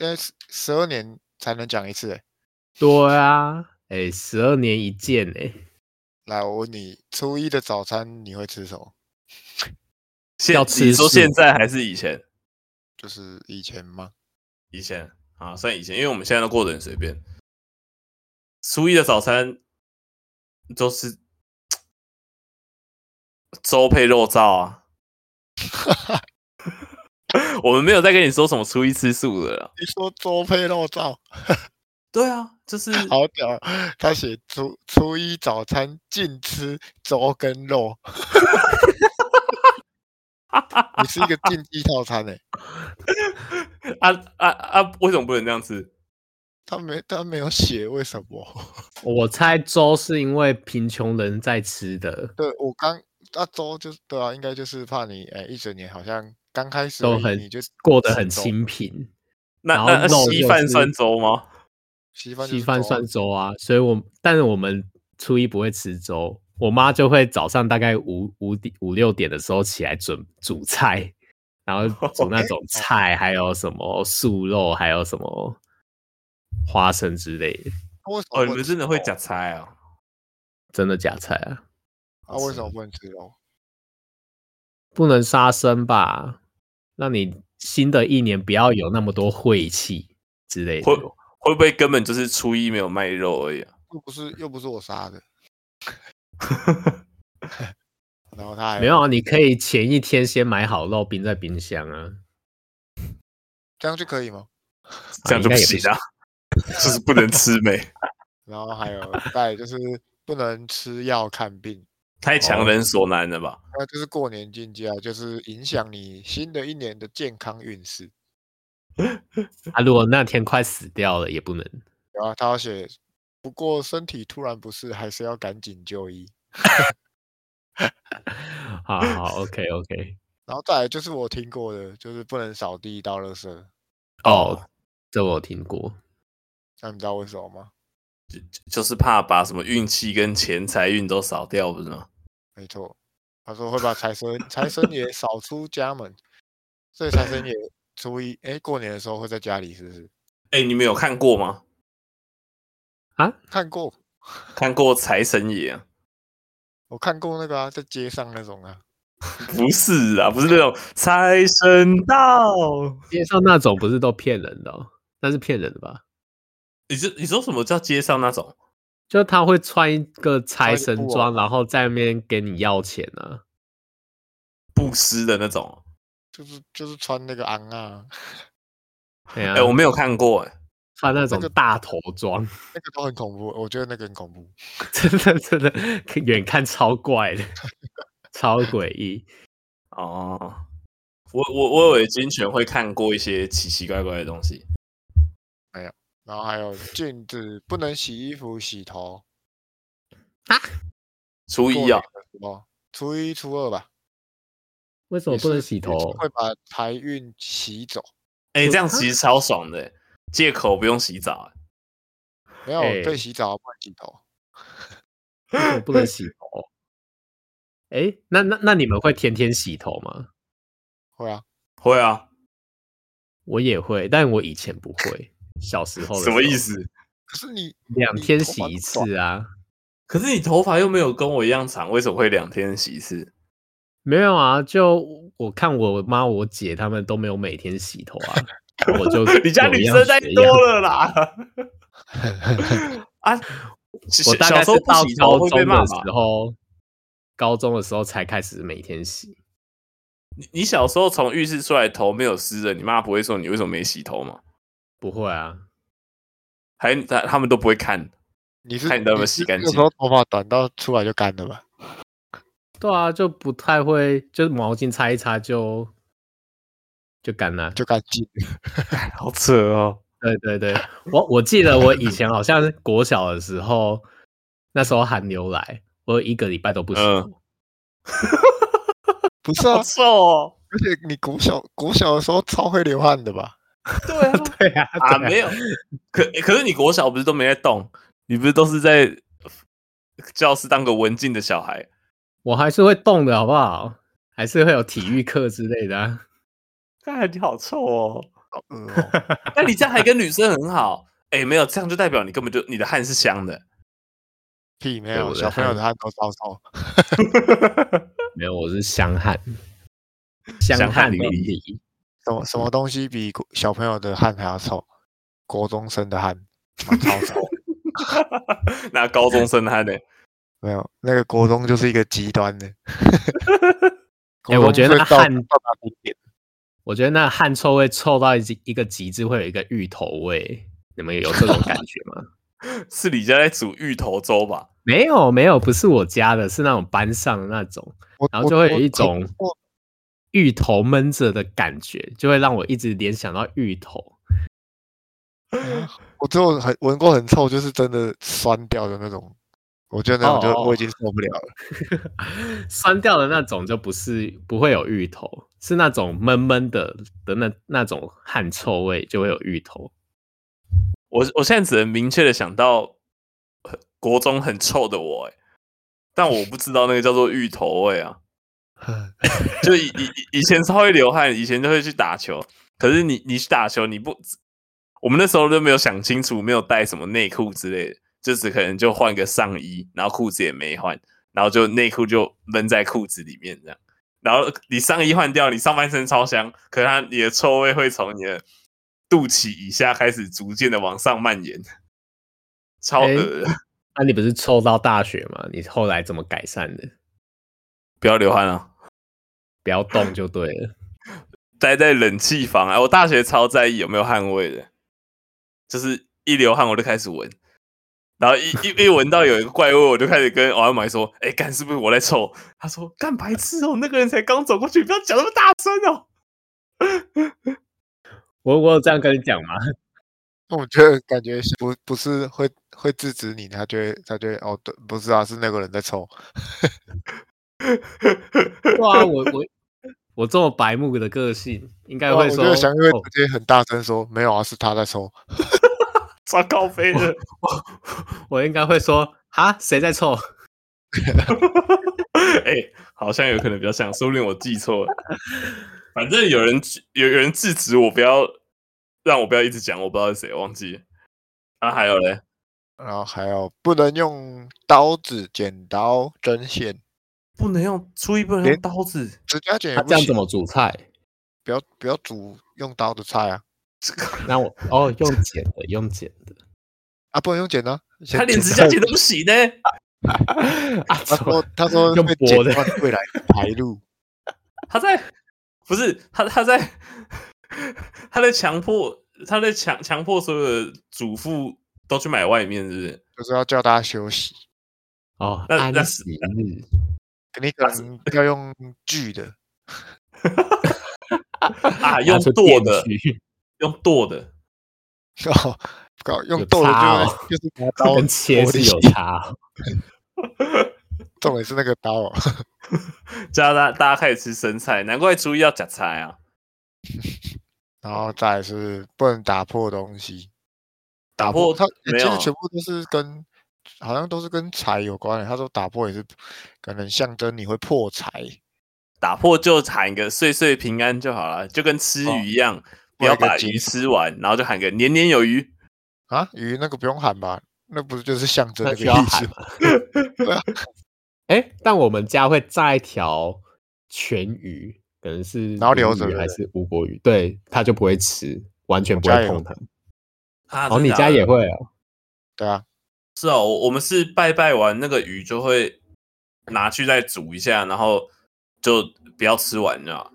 [SPEAKER 2] 呃，十二年才能讲一次欸。
[SPEAKER 5] 对啊，哎、十二年一见哎、
[SPEAKER 2] 来，我问你，初一的早餐你会吃什么？
[SPEAKER 1] 现
[SPEAKER 5] 要吃
[SPEAKER 1] 你说
[SPEAKER 5] 素
[SPEAKER 1] 现在还是以前？
[SPEAKER 2] 就是以前吗？
[SPEAKER 1] 以前啊，算以前，因为我们现在都过得很随便。初一的早餐都是粥配肉燥啊。 我们没有在跟你说什么初一吃素的了。
[SPEAKER 2] 你说粥配肉燥，
[SPEAKER 1] 对啊，就是
[SPEAKER 2] 好屌啊！他写初初一早餐禁吃粥跟肉， 你是一个禁忌套餐诶、欸
[SPEAKER 1] 啊啊啊，为什么不能这样吃？
[SPEAKER 2] 他没他没有写为什 么？
[SPEAKER 5] 我猜粥是因为贫穷人在吃的，
[SPEAKER 2] 对我刚那粥就是对啊，应该就是怕你哎、一整年好像刚开始而
[SPEAKER 5] 都
[SPEAKER 2] 已
[SPEAKER 5] 很
[SPEAKER 2] 你就
[SPEAKER 5] 过得很
[SPEAKER 2] 吃粥
[SPEAKER 5] 清贫。
[SPEAKER 1] 那
[SPEAKER 5] 然后
[SPEAKER 1] 那那
[SPEAKER 5] 肉
[SPEAKER 1] 稀
[SPEAKER 5] 又
[SPEAKER 1] 饭
[SPEAKER 5] 是
[SPEAKER 1] 酸粥吗？
[SPEAKER 2] 稀饭就
[SPEAKER 5] 稀
[SPEAKER 2] 是
[SPEAKER 5] 饭
[SPEAKER 2] 粥啊
[SPEAKER 5] 算粥啊，所以我但是我们初一不会吃粥，我妈就会早上大概五五点五六点的时候起来准煮菜，然 后煮那种菜，还有什么素肉，还有什么花生之类的，
[SPEAKER 2] 为什么
[SPEAKER 1] 哦，你
[SPEAKER 2] 不能
[SPEAKER 1] 们
[SPEAKER 2] 吃
[SPEAKER 1] 真的会
[SPEAKER 2] 肉
[SPEAKER 1] 夹菜啊？
[SPEAKER 5] 真的假菜啊，
[SPEAKER 2] 啊？为什么不能吃肉？
[SPEAKER 5] 不能杀生吧？让你新的一年不要有那么多晦气之类的
[SPEAKER 1] 会。会不会根本就是初一没有卖肉而已、啊？
[SPEAKER 2] 又不是又不是我杀 的。 然后他还
[SPEAKER 5] 没有啊，你可以前一天先买好肉，冰在冰箱啊。
[SPEAKER 2] 这样就可以吗？
[SPEAKER 1] 这样就
[SPEAKER 5] 应该也
[SPEAKER 1] 行啊， 就是不能吃没，
[SPEAKER 2] 然后还有再来就是不能吃药看病，
[SPEAKER 1] 太强
[SPEAKER 5] 哦
[SPEAKER 1] 人所难了吧？
[SPEAKER 2] 那就是过年禁忌啊，就是影响你新的一年的健康运势。
[SPEAKER 5] 啊，如果那天快死掉了也不能。
[SPEAKER 2] 然后他要写，不过身体突然不适，还是要赶紧就医。
[SPEAKER 5] 好好，OK OK，
[SPEAKER 2] 然后再来就是我听过的，就是不能扫地倒垃圾。
[SPEAKER 5] 哦，这我有听过。
[SPEAKER 2] 那你知道为什么吗？
[SPEAKER 1] 就是怕把什么运气跟钱财运都扫掉，不是吗？
[SPEAKER 2] 没错，他说会把财神财神爷扫出家门，所以财神爷初一哎过年的时候会在家里，是不是？
[SPEAKER 1] 哎、你们有看过吗？
[SPEAKER 2] 看过，
[SPEAKER 1] 看过《财神爷》啊？
[SPEAKER 2] 我看过那个啊，在街上那种啊，
[SPEAKER 1] 不是啊，不是那种财神到。
[SPEAKER 5] 街上那种不是都骗人的、哦，那是骗人的吧？
[SPEAKER 1] 你是你说什么叫街上那种？
[SPEAKER 5] 就他会穿一个
[SPEAKER 2] 穿一
[SPEAKER 5] 财
[SPEAKER 2] 个
[SPEAKER 5] 神
[SPEAKER 2] 布
[SPEAKER 5] 装，
[SPEAKER 2] 偶
[SPEAKER 5] 然后在那边给你要钱啊。
[SPEAKER 1] 布施的那种？
[SPEAKER 2] 就是就是穿那个昂啊，
[SPEAKER 5] 对啊，
[SPEAKER 1] 哎、我没有看过、哎，
[SPEAKER 5] 穿那种
[SPEAKER 2] 个
[SPEAKER 5] 大头装，
[SPEAKER 2] 那个都很恐怖，我觉得那个很恐怖。
[SPEAKER 5] 真的真的远看超怪的， 超诡异。
[SPEAKER 1] 哦，我我我以为金泉会看过一些奇奇怪怪的东西。
[SPEAKER 2] 然后还有禁止不能洗衣服、洗头，
[SPEAKER 1] 初
[SPEAKER 2] 不
[SPEAKER 1] 一啊，
[SPEAKER 2] 初一、初二吧，
[SPEAKER 5] 为什么
[SPEAKER 2] 也
[SPEAKER 5] 不能
[SPEAKER 2] 是
[SPEAKER 5] 洗
[SPEAKER 2] 也是
[SPEAKER 5] 头？
[SPEAKER 2] 会把财运洗走。
[SPEAKER 1] 哎、这样其实超爽的、哎借口不用洗澡、哎
[SPEAKER 2] 没有
[SPEAKER 5] 哎
[SPEAKER 2] 对洗澡不能洗头，
[SPEAKER 5] 为什么不能洗头？哎，那那那你们会天天洗头吗？
[SPEAKER 2] 会啊，
[SPEAKER 1] 会啊？
[SPEAKER 5] 我也会，但我以前不会。小时候的
[SPEAKER 1] 什么
[SPEAKER 5] 时候
[SPEAKER 1] 意？思？
[SPEAKER 2] 可是你
[SPEAKER 5] 两
[SPEAKER 2] 你
[SPEAKER 5] 天
[SPEAKER 2] 头
[SPEAKER 5] 洗
[SPEAKER 2] 发那
[SPEAKER 5] 一
[SPEAKER 2] 么短
[SPEAKER 5] 次啊？
[SPEAKER 1] 可是你头发又没有跟我一样长，为什么会两天洗一次？
[SPEAKER 5] 没有啊，就我看我妈、我姐她们都没有每天洗头啊，我就
[SPEAKER 1] 你家
[SPEAKER 5] 有
[SPEAKER 1] 女
[SPEAKER 5] 样
[SPEAKER 1] 生太
[SPEAKER 5] 学
[SPEAKER 1] 多
[SPEAKER 5] 样
[SPEAKER 1] 了 啦！啊，小
[SPEAKER 5] 我大
[SPEAKER 1] 小
[SPEAKER 5] 概
[SPEAKER 1] 时候
[SPEAKER 5] 是
[SPEAKER 1] 不
[SPEAKER 5] 到
[SPEAKER 1] 洗头
[SPEAKER 5] 高
[SPEAKER 1] 会被
[SPEAKER 5] 中
[SPEAKER 1] 骂
[SPEAKER 5] 的
[SPEAKER 1] 吧？
[SPEAKER 5] 时候，高中的时候才开始每天洗。
[SPEAKER 1] 你你小时候从浴室出来头没有湿的，你妈不会说你为什么没洗头吗？
[SPEAKER 5] 不会啊，
[SPEAKER 1] 还他他们都不会看，
[SPEAKER 2] 你是
[SPEAKER 1] 看你到底有没有
[SPEAKER 2] 是
[SPEAKER 1] 洗干
[SPEAKER 2] 那
[SPEAKER 1] 净
[SPEAKER 2] 时候头发短到出来就干了吧？
[SPEAKER 5] 对啊，就不太会，就是毛巾擦一擦就就干了。
[SPEAKER 2] 就干净。
[SPEAKER 1] 好扯哦。
[SPEAKER 5] 对对对，我我记得我以前好像是国小的时候，那时候寒流来，我有一个礼拜都不洗
[SPEAKER 1] 嗯
[SPEAKER 5] 头。
[SPEAKER 2] 不是啊
[SPEAKER 1] 好，臭哦！
[SPEAKER 2] 而且你国小国小的时候超会流汗的吧？
[SPEAKER 1] 对 啊，
[SPEAKER 5] 对啊，
[SPEAKER 1] 啊
[SPEAKER 5] 对
[SPEAKER 1] 没有，可可是你国小不是都没在动，你不是都是在教室当个文静的小孩？
[SPEAKER 5] 我还是会动的，好不好？还是会有体育课之类的、啊。
[SPEAKER 1] 看你好臭哦！
[SPEAKER 2] 好恶哦
[SPEAKER 1] 那啊你这样还跟女生很好？哎、没有，这样就代表你根本就你的汗是香 的。
[SPEAKER 2] 屁没
[SPEAKER 5] 对我
[SPEAKER 2] 有，
[SPEAKER 5] 的
[SPEAKER 2] 小朋友
[SPEAKER 5] 汗
[SPEAKER 2] 的汗都超臭。
[SPEAKER 5] 没有，我是香汗，香
[SPEAKER 1] 香汗
[SPEAKER 5] 汗
[SPEAKER 1] 淋
[SPEAKER 5] 淋
[SPEAKER 1] 漓
[SPEAKER 5] 漓。
[SPEAKER 2] 什么什么东西比国小朋友的汗还要臭？国中生的汗，妈超臭。
[SPEAKER 1] 那高中生的汗呢？
[SPEAKER 2] 没有，那个国中就是一个极端的。 哎
[SPEAKER 5] 我觉得那汗
[SPEAKER 2] 到达顶点，
[SPEAKER 5] 我觉得那汗臭味臭到一极一个极致，会有一个芋头味。你们有这种感觉吗？
[SPEAKER 1] 是你家在煮芋头粥吧？
[SPEAKER 5] 没有，没有，不是我家的，是那种班上的那种，
[SPEAKER 2] 我
[SPEAKER 5] 然后就会有一。
[SPEAKER 2] 我
[SPEAKER 5] 种
[SPEAKER 2] 我我
[SPEAKER 5] 芋头闷着的感觉，就会让我一直联想到芋头。
[SPEAKER 2] 我最后很闻过很臭，就是真的酸掉的那种。我觉得那种就
[SPEAKER 5] 哦哦哦
[SPEAKER 2] 我已经受不了了。
[SPEAKER 5] 酸掉的那种就不是不会有芋头，是那种闷闷的的那那种汗臭味就会有芋 头。
[SPEAKER 1] 我我现在只能明确的想到呃国中很臭的我、欸，但我不知道那个叫做芋头味啊。就以以以以前超会流汗，以前就会去打球，可是你你去打球你不，我们那时候都没有想清楚，没有带什么内裤之类的，就只可能就换个上衣，然后裤子也没换，然后就内裤就闷在裤子里面这样。然后你上衣换掉，你上半身超香，可是它你的臭味会从你的肚脐以下开始逐渐的往上蔓延，超恶
[SPEAKER 5] 诶
[SPEAKER 1] 的、
[SPEAKER 5] 那、你不是臭到大学吗？你后来怎么改善的？
[SPEAKER 1] 不要流汗啊！
[SPEAKER 5] 不要动就对了。
[SPEAKER 1] 待在冷气房啊！我大学超在意有没有汗味的，就是一流汗我就开始闻，然后一一一闻到有一个怪味，我就开始跟王阿买说：“哎、干是不是我在臭？”他说：“干白痴哦、那个人才刚走过去，不要讲那么大声哦、
[SPEAKER 5] 我我有这样跟你讲 吗？
[SPEAKER 2] 那我觉得感觉是不不是会会制止你，他就会他就会哦对，不是啊，是那个人在臭。
[SPEAKER 5] 对啊，我我 我这么白目的个性，应该
[SPEAKER 2] 哇
[SPEAKER 5] 会
[SPEAKER 2] 我
[SPEAKER 5] 说，
[SPEAKER 2] 就想会
[SPEAKER 5] 哦
[SPEAKER 2] 直接很大声说，没有啊，是他在抽。
[SPEAKER 1] 超高飞的，
[SPEAKER 5] 我应该会说，哈，谁在臭？
[SPEAKER 1] 哎、好像有可能比较像，说不定我记错了。反正有人有有人制止我不要，让我不要一直讲，我不知道是谁，忘记了。啊，还有嘞，
[SPEAKER 2] 然后还有不能用刀子、剪刀、针线、
[SPEAKER 1] 不能用初一不能
[SPEAKER 2] 连
[SPEAKER 1] 用刀子，
[SPEAKER 2] 指甲剪也
[SPEAKER 5] 他
[SPEAKER 2] 不
[SPEAKER 5] 这样
[SPEAKER 2] 行
[SPEAKER 5] 怎。么煮菜？
[SPEAKER 2] 不要不要煮用刀的菜啊！
[SPEAKER 5] 那我哦，用剪的，用剪的
[SPEAKER 2] 啊，不能用剪刀、啊。
[SPEAKER 1] 他连
[SPEAKER 2] 剪
[SPEAKER 1] 指甲剪都不行 呢、
[SPEAKER 5] 啊，
[SPEAKER 2] 他
[SPEAKER 5] 怎么
[SPEAKER 2] 说他说
[SPEAKER 5] 用
[SPEAKER 2] 会
[SPEAKER 5] 剥
[SPEAKER 2] 剪
[SPEAKER 5] 的
[SPEAKER 2] 断未来的财路。
[SPEAKER 1] 他在不是他他在他在强迫他在强强迫所有的主妇都去买外面，是不是？
[SPEAKER 2] 就是要叫大家休息。
[SPEAKER 5] 哦，
[SPEAKER 1] 那那
[SPEAKER 5] 安
[SPEAKER 1] 是
[SPEAKER 5] 息日
[SPEAKER 2] 你可能要用锯的，
[SPEAKER 1] 啊，
[SPEAKER 5] 拿
[SPEAKER 1] 用
[SPEAKER 5] 出
[SPEAKER 1] 剁
[SPEAKER 5] 电
[SPEAKER 1] 的，
[SPEAKER 5] 锯
[SPEAKER 1] 用剁的，
[SPEAKER 2] 哦，搞用
[SPEAKER 5] 有
[SPEAKER 2] 剁的
[SPEAKER 5] 差
[SPEAKER 2] 就
[SPEAKER 5] 哦
[SPEAKER 2] 是就是拿 刀，
[SPEAKER 5] 跟切
[SPEAKER 2] 剥
[SPEAKER 5] 是
[SPEAKER 2] 离
[SPEAKER 5] 有差哦。
[SPEAKER 2] 重点是那个刀哦。
[SPEAKER 1] 叫大大家开始吃生菜，难怪初一要夹菜啊。
[SPEAKER 2] 然后再来是不能打破东西，
[SPEAKER 1] 打破
[SPEAKER 2] 它
[SPEAKER 1] 没
[SPEAKER 2] 其实
[SPEAKER 1] 有
[SPEAKER 2] 全部都是跟好像都是跟财有关欸的。他说打破也是可能象征你会破财，
[SPEAKER 1] 打破就喊个岁岁平安就好了，就跟吃
[SPEAKER 5] 哦
[SPEAKER 1] 鱼一样，不
[SPEAKER 2] 我有
[SPEAKER 1] 要
[SPEAKER 2] 一个
[SPEAKER 1] 把
[SPEAKER 2] 解
[SPEAKER 1] 鱼吃完，然后就喊个年年有余。
[SPEAKER 2] 啊，鱼那个不用喊吧？那不是就是象征
[SPEAKER 5] 那
[SPEAKER 2] 个
[SPEAKER 5] 需
[SPEAKER 2] 意
[SPEAKER 5] 要喊
[SPEAKER 2] 思吗？
[SPEAKER 5] 哎、但我们家会炸一条全鱼，可能是
[SPEAKER 2] 然后
[SPEAKER 5] 鲈
[SPEAKER 2] 留着
[SPEAKER 5] 鱼
[SPEAKER 2] 对
[SPEAKER 5] 还
[SPEAKER 2] 不
[SPEAKER 5] 是乌国鱼，对，他就不会吃，完全不
[SPEAKER 2] 家
[SPEAKER 5] 会
[SPEAKER 2] 也有
[SPEAKER 5] 碰它。
[SPEAKER 1] 啊
[SPEAKER 5] 哦，你家也会哦？
[SPEAKER 2] 对啊，
[SPEAKER 1] 是哦，我我们是拜拜完那个鱼就会拿去再煮一下，然后就不要吃完，你知道吗？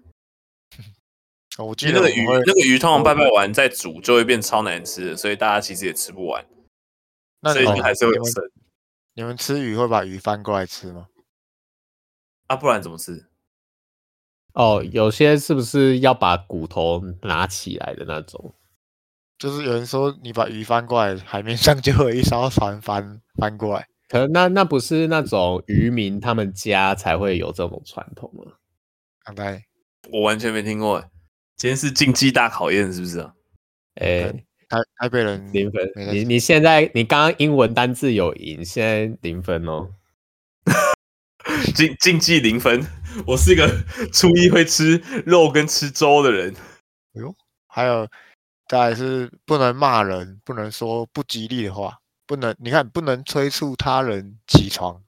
[SPEAKER 2] 哦我记
[SPEAKER 1] 因为
[SPEAKER 2] 得
[SPEAKER 1] 那
[SPEAKER 2] 我
[SPEAKER 1] 个鱼
[SPEAKER 2] 们会嗯
[SPEAKER 1] 那个鱼通常拜拜完再煮就会变超难吃的，所以大家其实也吃不完，
[SPEAKER 2] 那
[SPEAKER 1] 所
[SPEAKER 2] 你
[SPEAKER 1] 以
[SPEAKER 2] 们
[SPEAKER 1] 就还是会
[SPEAKER 2] 你
[SPEAKER 1] 有
[SPEAKER 2] 们
[SPEAKER 1] 剩。
[SPEAKER 2] 你们吃鱼会把鱼翻过来吃吗？
[SPEAKER 1] 啊，不然怎么吃？
[SPEAKER 5] 哦，有些是不是要把骨头拿起来的那种？
[SPEAKER 2] 就是有人说你把鱼翻过来，海面上就有一艘船翻翻过来。
[SPEAKER 5] 可能那那不是那种渔民他们家才会有这种传统吗？
[SPEAKER 2] 看来
[SPEAKER 1] 我完全没听过欸。今天是竞技大考验，是不是啊？
[SPEAKER 5] 哎、
[SPEAKER 2] 台台北人
[SPEAKER 5] 零分
[SPEAKER 2] 没，关
[SPEAKER 5] 你你现在你刚刚英文单字有赢，现在零分哦。
[SPEAKER 1] 竞竞技零分，我是一个 初一会吃肉跟吃粥的人。
[SPEAKER 2] 还有，再来是不能骂人，不能说不吉利的话，不能你看不能催促他人起床。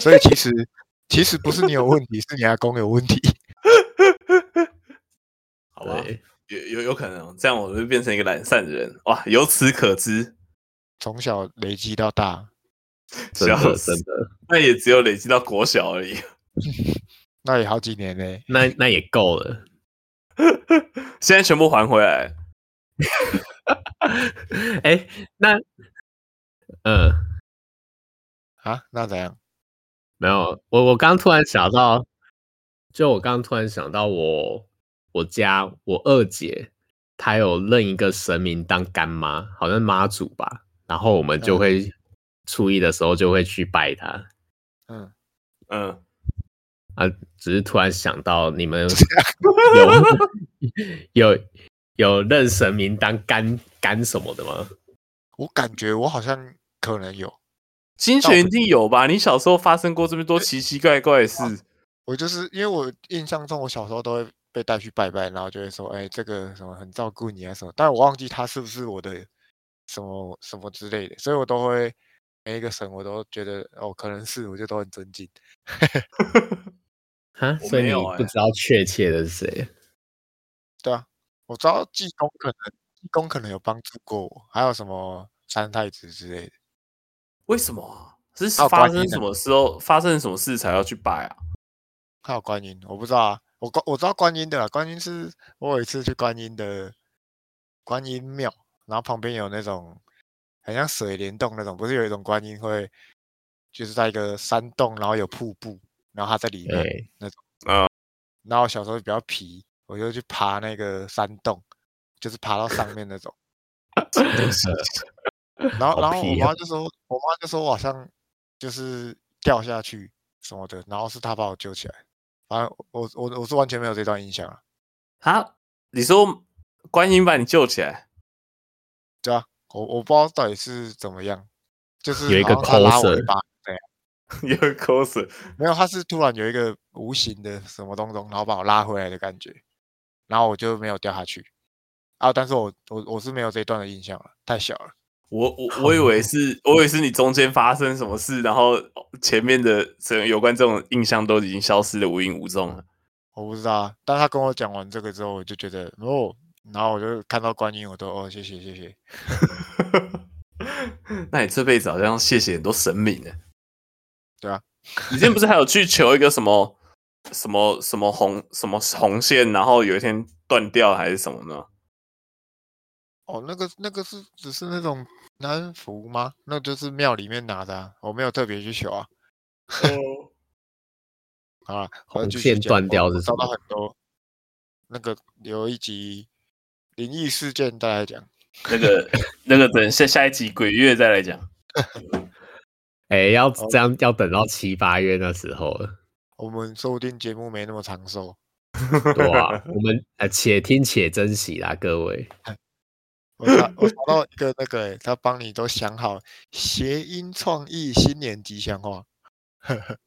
[SPEAKER 2] 所以其实其实不是你有问题，是你阿公有问题。
[SPEAKER 1] 好吧，
[SPEAKER 5] 对，
[SPEAKER 1] 有有有可能哦这样，我就变成一个懒散的人哇！由此可知，
[SPEAKER 2] 从小累积到大，
[SPEAKER 5] 真
[SPEAKER 1] 笑
[SPEAKER 5] 的
[SPEAKER 1] 死
[SPEAKER 5] 真的，
[SPEAKER 1] 那也只有累积到国小而已。
[SPEAKER 2] 那也好几年嘞。
[SPEAKER 5] 那那也够了。
[SPEAKER 1] 现在全部还回来，
[SPEAKER 5] 哎、那，嗯，
[SPEAKER 2] 啊，那怎样？
[SPEAKER 5] 没有，我我刚突然想到，就我刚突然想到我，我家我二姐她有认一个神明当干妈，好像妈祖吧，然后我们就
[SPEAKER 2] 嗯
[SPEAKER 5] 会初一的时候就会去拜她。
[SPEAKER 2] 嗯，
[SPEAKER 1] 嗯，
[SPEAKER 5] 啊，只是突然想到你们有 有有认神明当干干什么的吗？
[SPEAKER 2] 我感觉我好像可能有，
[SPEAKER 1] 金泉一定有吧？你小时候发生过这么多奇奇怪怪的事，
[SPEAKER 2] 我就是因为我印象中我小时候都会被带去拜拜，然后就会说，哎，这个什么很照顾你啊什么，但我忘记他是不是我的什么什么之类的，所以我都会每一个神我都觉得哦可能是，我就都很尊敬。
[SPEAKER 5] 哈，
[SPEAKER 1] 我
[SPEAKER 5] 所以
[SPEAKER 1] 没
[SPEAKER 5] 你
[SPEAKER 1] 有欸
[SPEAKER 5] 不知道确切的是谁？
[SPEAKER 2] 对啊，我知道济公可能济公可能有帮助过我，还有什么三太子之类的，
[SPEAKER 1] 为什么啊？是
[SPEAKER 2] 还有
[SPEAKER 1] 发
[SPEAKER 2] 观
[SPEAKER 1] 生
[SPEAKER 2] 音
[SPEAKER 1] 什
[SPEAKER 2] 呢
[SPEAKER 1] 么时候？发生什么事才要去拜啊？
[SPEAKER 2] 还有观音，我不知道啊，我观我知道观音的啦，观音是我有一次去观音的观音庙，然后旁边有那种很像水帘洞那种，不是有一种观音会就是在一个山洞，然后有瀑布，然后它在里面，
[SPEAKER 5] 对，
[SPEAKER 2] 然后我小时候比较皮，我就去爬那个山洞，就是爬到上面那 种。然后，
[SPEAKER 5] 好
[SPEAKER 2] 然后我
[SPEAKER 5] 皮
[SPEAKER 2] 妈
[SPEAKER 5] 哦
[SPEAKER 2] 就说，我妈就说我好像就是掉下去什么的，然后是她把我救起来。反正我我我是完全没有这段印象啊，
[SPEAKER 1] 啊，你说观音把你救起来，
[SPEAKER 2] 对啊，我我不知道到底是怎么样，就是
[SPEAKER 5] 有一个
[SPEAKER 2] 好像他拉我
[SPEAKER 5] closer
[SPEAKER 2] 一把，
[SPEAKER 1] 有 cos，
[SPEAKER 2] 没有，他是突然有一个无形的什么东东，然后把我拉回来的感觉，然后我就没有掉下去啊，但是我我我是没有这一段的印象了，太小了，
[SPEAKER 1] 我我我以为是，我以为是你中间发生什么事，然后前面的这有关这种印象都已经消失的无影无踪了。
[SPEAKER 2] 我不知道啊，但他跟我讲完这个之后，我就觉得哦，然后我就看到观音，我都哦谢谢谢谢，
[SPEAKER 1] 那你这辈子好像谢谢很多神明呢。
[SPEAKER 2] 对啊，
[SPEAKER 1] 你之前不是还有去求一个什么什么什么红什么红线，然后有一天断掉还是什么呢？
[SPEAKER 2] 哦，那个那个是只是那种南服吗？那就是庙里面拿的、啊，我没有特别去求啊。 好了，我要
[SPEAKER 5] 红
[SPEAKER 2] 继续
[SPEAKER 5] 线
[SPEAKER 2] 讲
[SPEAKER 5] 断
[SPEAKER 2] 我
[SPEAKER 5] 掉
[SPEAKER 2] 我
[SPEAKER 5] 是
[SPEAKER 2] 找
[SPEAKER 5] 什
[SPEAKER 2] 到
[SPEAKER 5] 么
[SPEAKER 2] 很多那个有一集灵异事件，大家讲
[SPEAKER 3] 那个那个等下下一集鬼月再来讲。
[SPEAKER 5] 哎、要这样要等到七八月那时候了，
[SPEAKER 2] 我们说不定节目没那么长寿。
[SPEAKER 5] 对啊，我们呃且听且珍惜啦，各位。
[SPEAKER 2] 我 查我查到一个那个欸、他帮你都想好谐音创意新年吉祥话，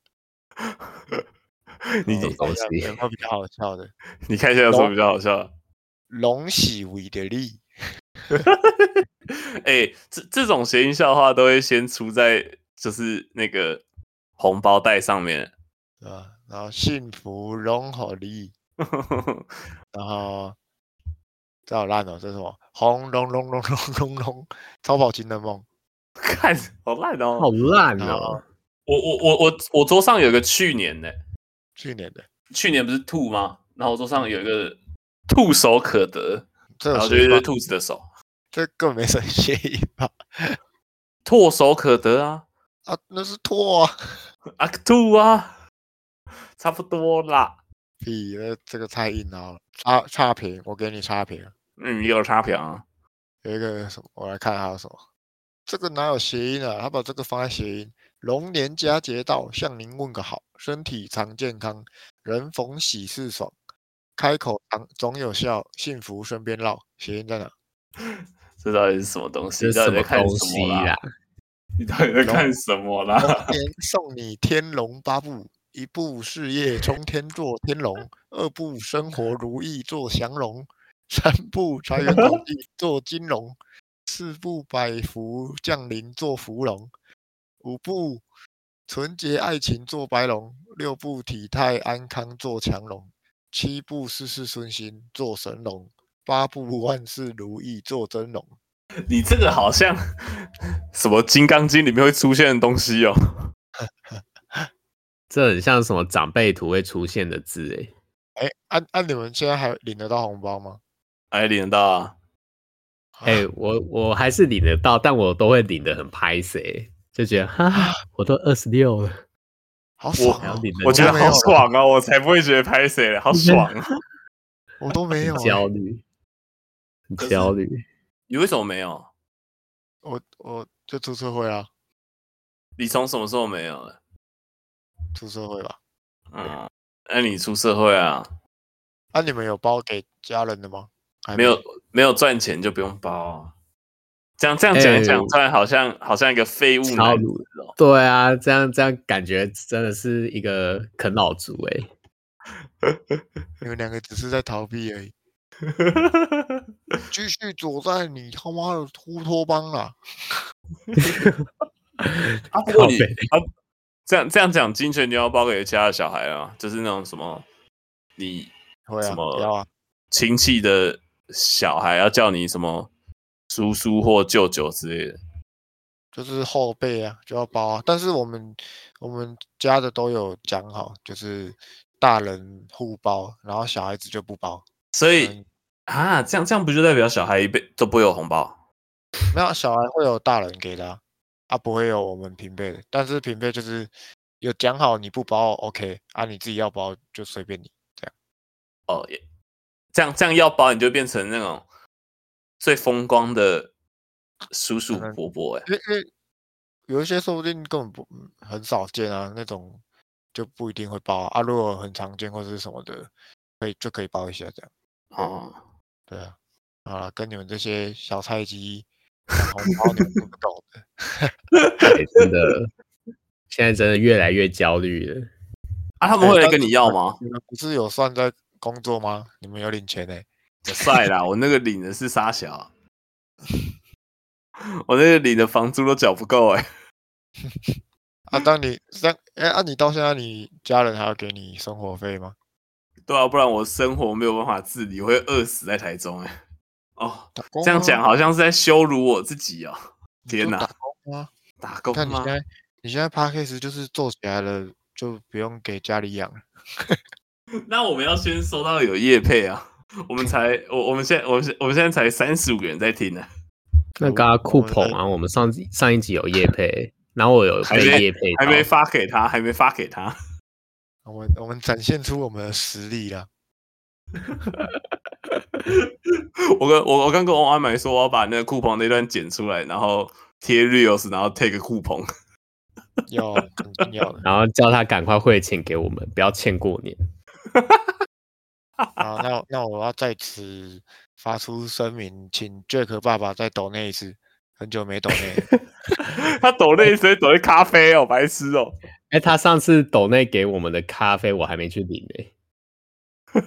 [SPEAKER 1] 你
[SPEAKER 2] 哦
[SPEAKER 5] 这种东西
[SPEAKER 2] 有没有比较好笑的？
[SPEAKER 1] 你看一下有什么比较好笑？
[SPEAKER 2] 龙喜为的利，
[SPEAKER 1] 哎、这这种谐音笑话都会先出在就是那个红包袋上面。
[SPEAKER 2] 对吧？然后幸福龙好利。然后这好烂哦，这是什么？轰隆隆隆隆隆隆，超跑情人梦。
[SPEAKER 1] 看，好烂哦！
[SPEAKER 5] 好烂
[SPEAKER 2] 然后
[SPEAKER 5] 哦！
[SPEAKER 1] 我我我我我桌上有一个去年的、
[SPEAKER 2] 去年的，
[SPEAKER 3] 去年不是兔吗？然后我桌上有一个兔手可得，
[SPEAKER 2] 这
[SPEAKER 1] 然
[SPEAKER 2] 有
[SPEAKER 1] 后就是一
[SPEAKER 2] 谁
[SPEAKER 1] 堆
[SPEAKER 2] 吧？
[SPEAKER 1] 兔子的手，
[SPEAKER 2] 这更没什么 谐音吧？
[SPEAKER 1] 唾手可得啊，
[SPEAKER 2] 啊，那是拓啊！
[SPEAKER 1] 啊兔啊， 差不多啦。
[SPEAKER 2] 比那这个太硬了哦，差差评，我给你差评。
[SPEAKER 1] 嗯，又有差评啊。
[SPEAKER 2] 有一个什么，我来看还有什么？这个哪有谐音啊？他把这个放在谐音。龙年佳节到，向您问个好，身体常健康，人逢喜事爽，开口常总有笑，幸福身边绕。谐音在哪？
[SPEAKER 3] 这到底是什么东西？
[SPEAKER 5] 这
[SPEAKER 3] 你
[SPEAKER 5] 是
[SPEAKER 3] 到
[SPEAKER 5] 什
[SPEAKER 3] 底在
[SPEAKER 5] 么
[SPEAKER 3] 看
[SPEAKER 5] 东
[SPEAKER 3] 什
[SPEAKER 5] 西
[SPEAKER 3] 么啦？
[SPEAKER 1] 啊
[SPEAKER 5] 啦？
[SPEAKER 3] 你到底在看什么啦？
[SPEAKER 2] 龙年送你天龙八部，一部事业冲天做天龙，二部生活如意做降龙，三部财源广进做金龙，四部百福降临做福龙，五部纯洁爱情做白龙，六部体态安康做强龙，七部事事顺心做神龙，八部万事如意做真龙。
[SPEAKER 1] 你这个好像什么《金刚经》里面会出现的东西哦。
[SPEAKER 5] 这很像什么长辈图会出现的字哎、
[SPEAKER 2] 哎，按、按、你们现在还领得到红包吗？
[SPEAKER 1] 哎，领到啊，
[SPEAKER 2] 啊
[SPEAKER 5] 哎、我我还是领得到，但我都会领得很拍谁、就觉得哈，我都二十六了，
[SPEAKER 2] 好
[SPEAKER 1] 我
[SPEAKER 2] 爽、
[SPEAKER 5] 还要
[SPEAKER 2] 哦！
[SPEAKER 5] 领得
[SPEAKER 1] 我觉得
[SPEAKER 2] 都没有
[SPEAKER 1] 好
[SPEAKER 2] 了
[SPEAKER 1] 爽哦，我才不会觉得拍谁了，好爽啊！
[SPEAKER 2] 我都没有欸、
[SPEAKER 5] 焦虑，很
[SPEAKER 1] 可是
[SPEAKER 5] 焦虑。
[SPEAKER 1] 你为什么没有？
[SPEAKER 2] 我我就出社会啊，
[SPEAKER 1] 你从什么时候没有了？
[SPEAKER 2] 出社会吧。
[SPEAKER 1] 嗯，那你出社会啊，
[SPEAKER 2] 啊，你们有包给家人的吗？还
[SPEAKER 1] 没有，没有赚钱就不用包啊。这样这样讲一
[SPEAKER 5] 哎
[SPEAKER 1] 讲，
[SPEAKER 5] 我
[SPEAKER 1] 突然好像好像一个废物
[SPEAKER 5] 超
[SPEAKER 1] 男子哦。
[SPEAKER 5] 对啊，这样这样感觉真的是一个啃老族哎、
[SPEAKER 2] 你们两个只是在逃避而已。继续躲在你他妈的乌托邦啦！
[SPEAKER 1] 啊，不过你
[SPEAKER 5] 靠
[SPEAKER 1] 啊，这样这样讲，金钱牛要包给其他的小孩啊，就是那种什么你
[SPEAKER 2] 会
[SPEAKER 1] 什
[SPEAKER 2] 啊，
[SPEAKER 1] 么
[SPEAKER 2] 要啊，
[SPEAKER 1] 亲戚的小孩要叫你什么叔叔或舅舅之类的。
[SPEAKER 2] 就是后辈啊，就要包啊。但是我们我们家的都有讲好，就是大人互包，然后小孩子就不包。
[SPEAKER 1] 所以
[SPEAKER 2] 嗯
[SPEAKER 1] 啊，这样这样不就代表小孩一辈都不会有红包？
[SPEAKER 2] 没有啊小孩会有大人给的啊，啊不会有我们平辈的。但是平辈就是有讲好你不包 OK 啊，你自己要包就随便你。
[SPEAKER 1] 哦，也这样这样要包，你就变成那种最风光的叔叔
[SPEAKER 2] 可能
[SPEAKER 1] 伯伯哎、
[SPEAKER 2] 因为因为有一些说不定根本不很少见啊，那种就不一定会包啊。啊如果很常见或者是什么的，可以就可以包一下这样。
[SPEAKER 3] 哦，
[SPEAKER 2] 对啊，好了，跟你们这些小菜鸡抢红包你们不懂的，
[SPEAKER 5] 对真的，现在真的越来越焦虑了。
[SPEAKER 1] 啊，他们会来跟你要吗？
[SPEAKER 2] 你们不是有算在工作吗？你们有领钱欸呢、
[SPEAKER 1] 我晒啦，啊我那个领的是沙小啊，我那个领的房租都缴不够哎、
[SPEAKER 2] 啊，当你当哎、啊，你到现在你家人还要给你生活费吗？
[SPEAKER 1] 对啊，不然我生活没有办法自理，我会饿死在台中哎、哦，
[SPEAKER 2] 打工
[SPEAKER 1] 这样
[SPEAKER 2] 啊
[SPEAKER 1] 讲好像是在羞辱我自己哦。
[SPEAKER 2] 你
[SPEAKER 1] 天
[SPEAKER 2] 就
[SPEAKER 1] 哪
[SPEAKER 2] 打工啊！
[SPEAKER 1] 打工
[SPEAKER 2] 看你
[SPEAKER 1] 吗
[SPEAKER 2] 现？在你现在 p a c k a g e 就是做起来了，就不用给家里养了。
[SPEAKER 1] 那我们要先收到有业配啊，我们才我我们现在我们现我们现在才三十五个人在听呢、
[SPEAKER 5] 那刚刚酷鹏啊，我们上上一集有叶配，然后我有
[SPEAKER 1] 还
[SPEAKER 5] 被
[SPEAKER 1] 没
[SPEAKER 5] 叶配到，
[SPEAKER 1] 还没发给他，还没发给他。
[SPEAKER 2] 我们我们展现出我们的实力啦。
[SPEAKER 1] 我跟我我刚跟王阿买说，我要把那个酷鹏那段剪出来，然后贴 reels，然后 take 酷鹏。
[SPEAKER 2] 要肯定要的。
[SPEAKER 5] 然后叫他赶快汇钱给我们，不要欠过年。
[SPEAKER 2] 好，那那我要在此发出声明，请 Jack 爸爸再抖那一次，很久没抖内了。
[SPEAKER 1] 他抖那一直抖一咖啡哦，白痴哦。
[SPEAKER 5] 哎、他上次抖内给我们的咖啡，我还没去领呢、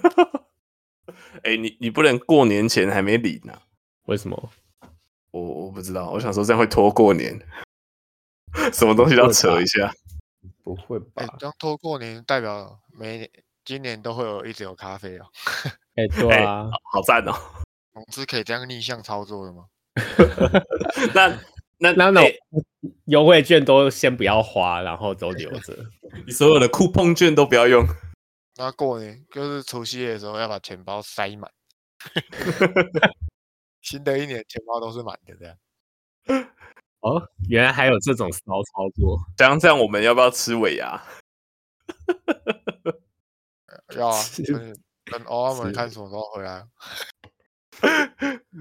[SPEAKER 1] 哎、你你不能过年前还没领啊？
[SPEAKER 5] 为什么？
[SPEAKER 1] 我我不知道，我想说这样会拖过年，什么东西都要扯一下。
[SPEAKER 5] 不会
[SPEAKER 2] 哎、
[SPEAKER 5] 吧？
[SPEAKER 2] 这样拖过年代表每年今年都会有一直有咖啡哦。
[SPEAKER 5] 哎、对啊，
[SPEAKER 1] 好赞哦。
[SPEAKER 2] 公司可以这样逆向操作的吗？
[SPEAKER 1] 那那
[SPEAKER 5] 那那
[SPEAKER 1] 哎
[SPEAKER 5] 我优惠券都先不要花，然后都留着。
[SPEAKER 1] 你所有的酷碰券都不要用，
[SPEAKER 2] 那过年就是除夕夜的时候要把钱包塞 满，新的一年钱包都是满的这样。
[SPEAKER 5] 哦，原来还有这种骚操作，
[SPEAKER 1] 这样这样我们要不要吃尾牙？
[SPEAKER 2] 要啊，
[SPEAKER 5] 是
[SPEAKER 2] 就是等偶尔我们
[SPEAKER 5] 是
[SPEAKER 2] 看什么时候回来。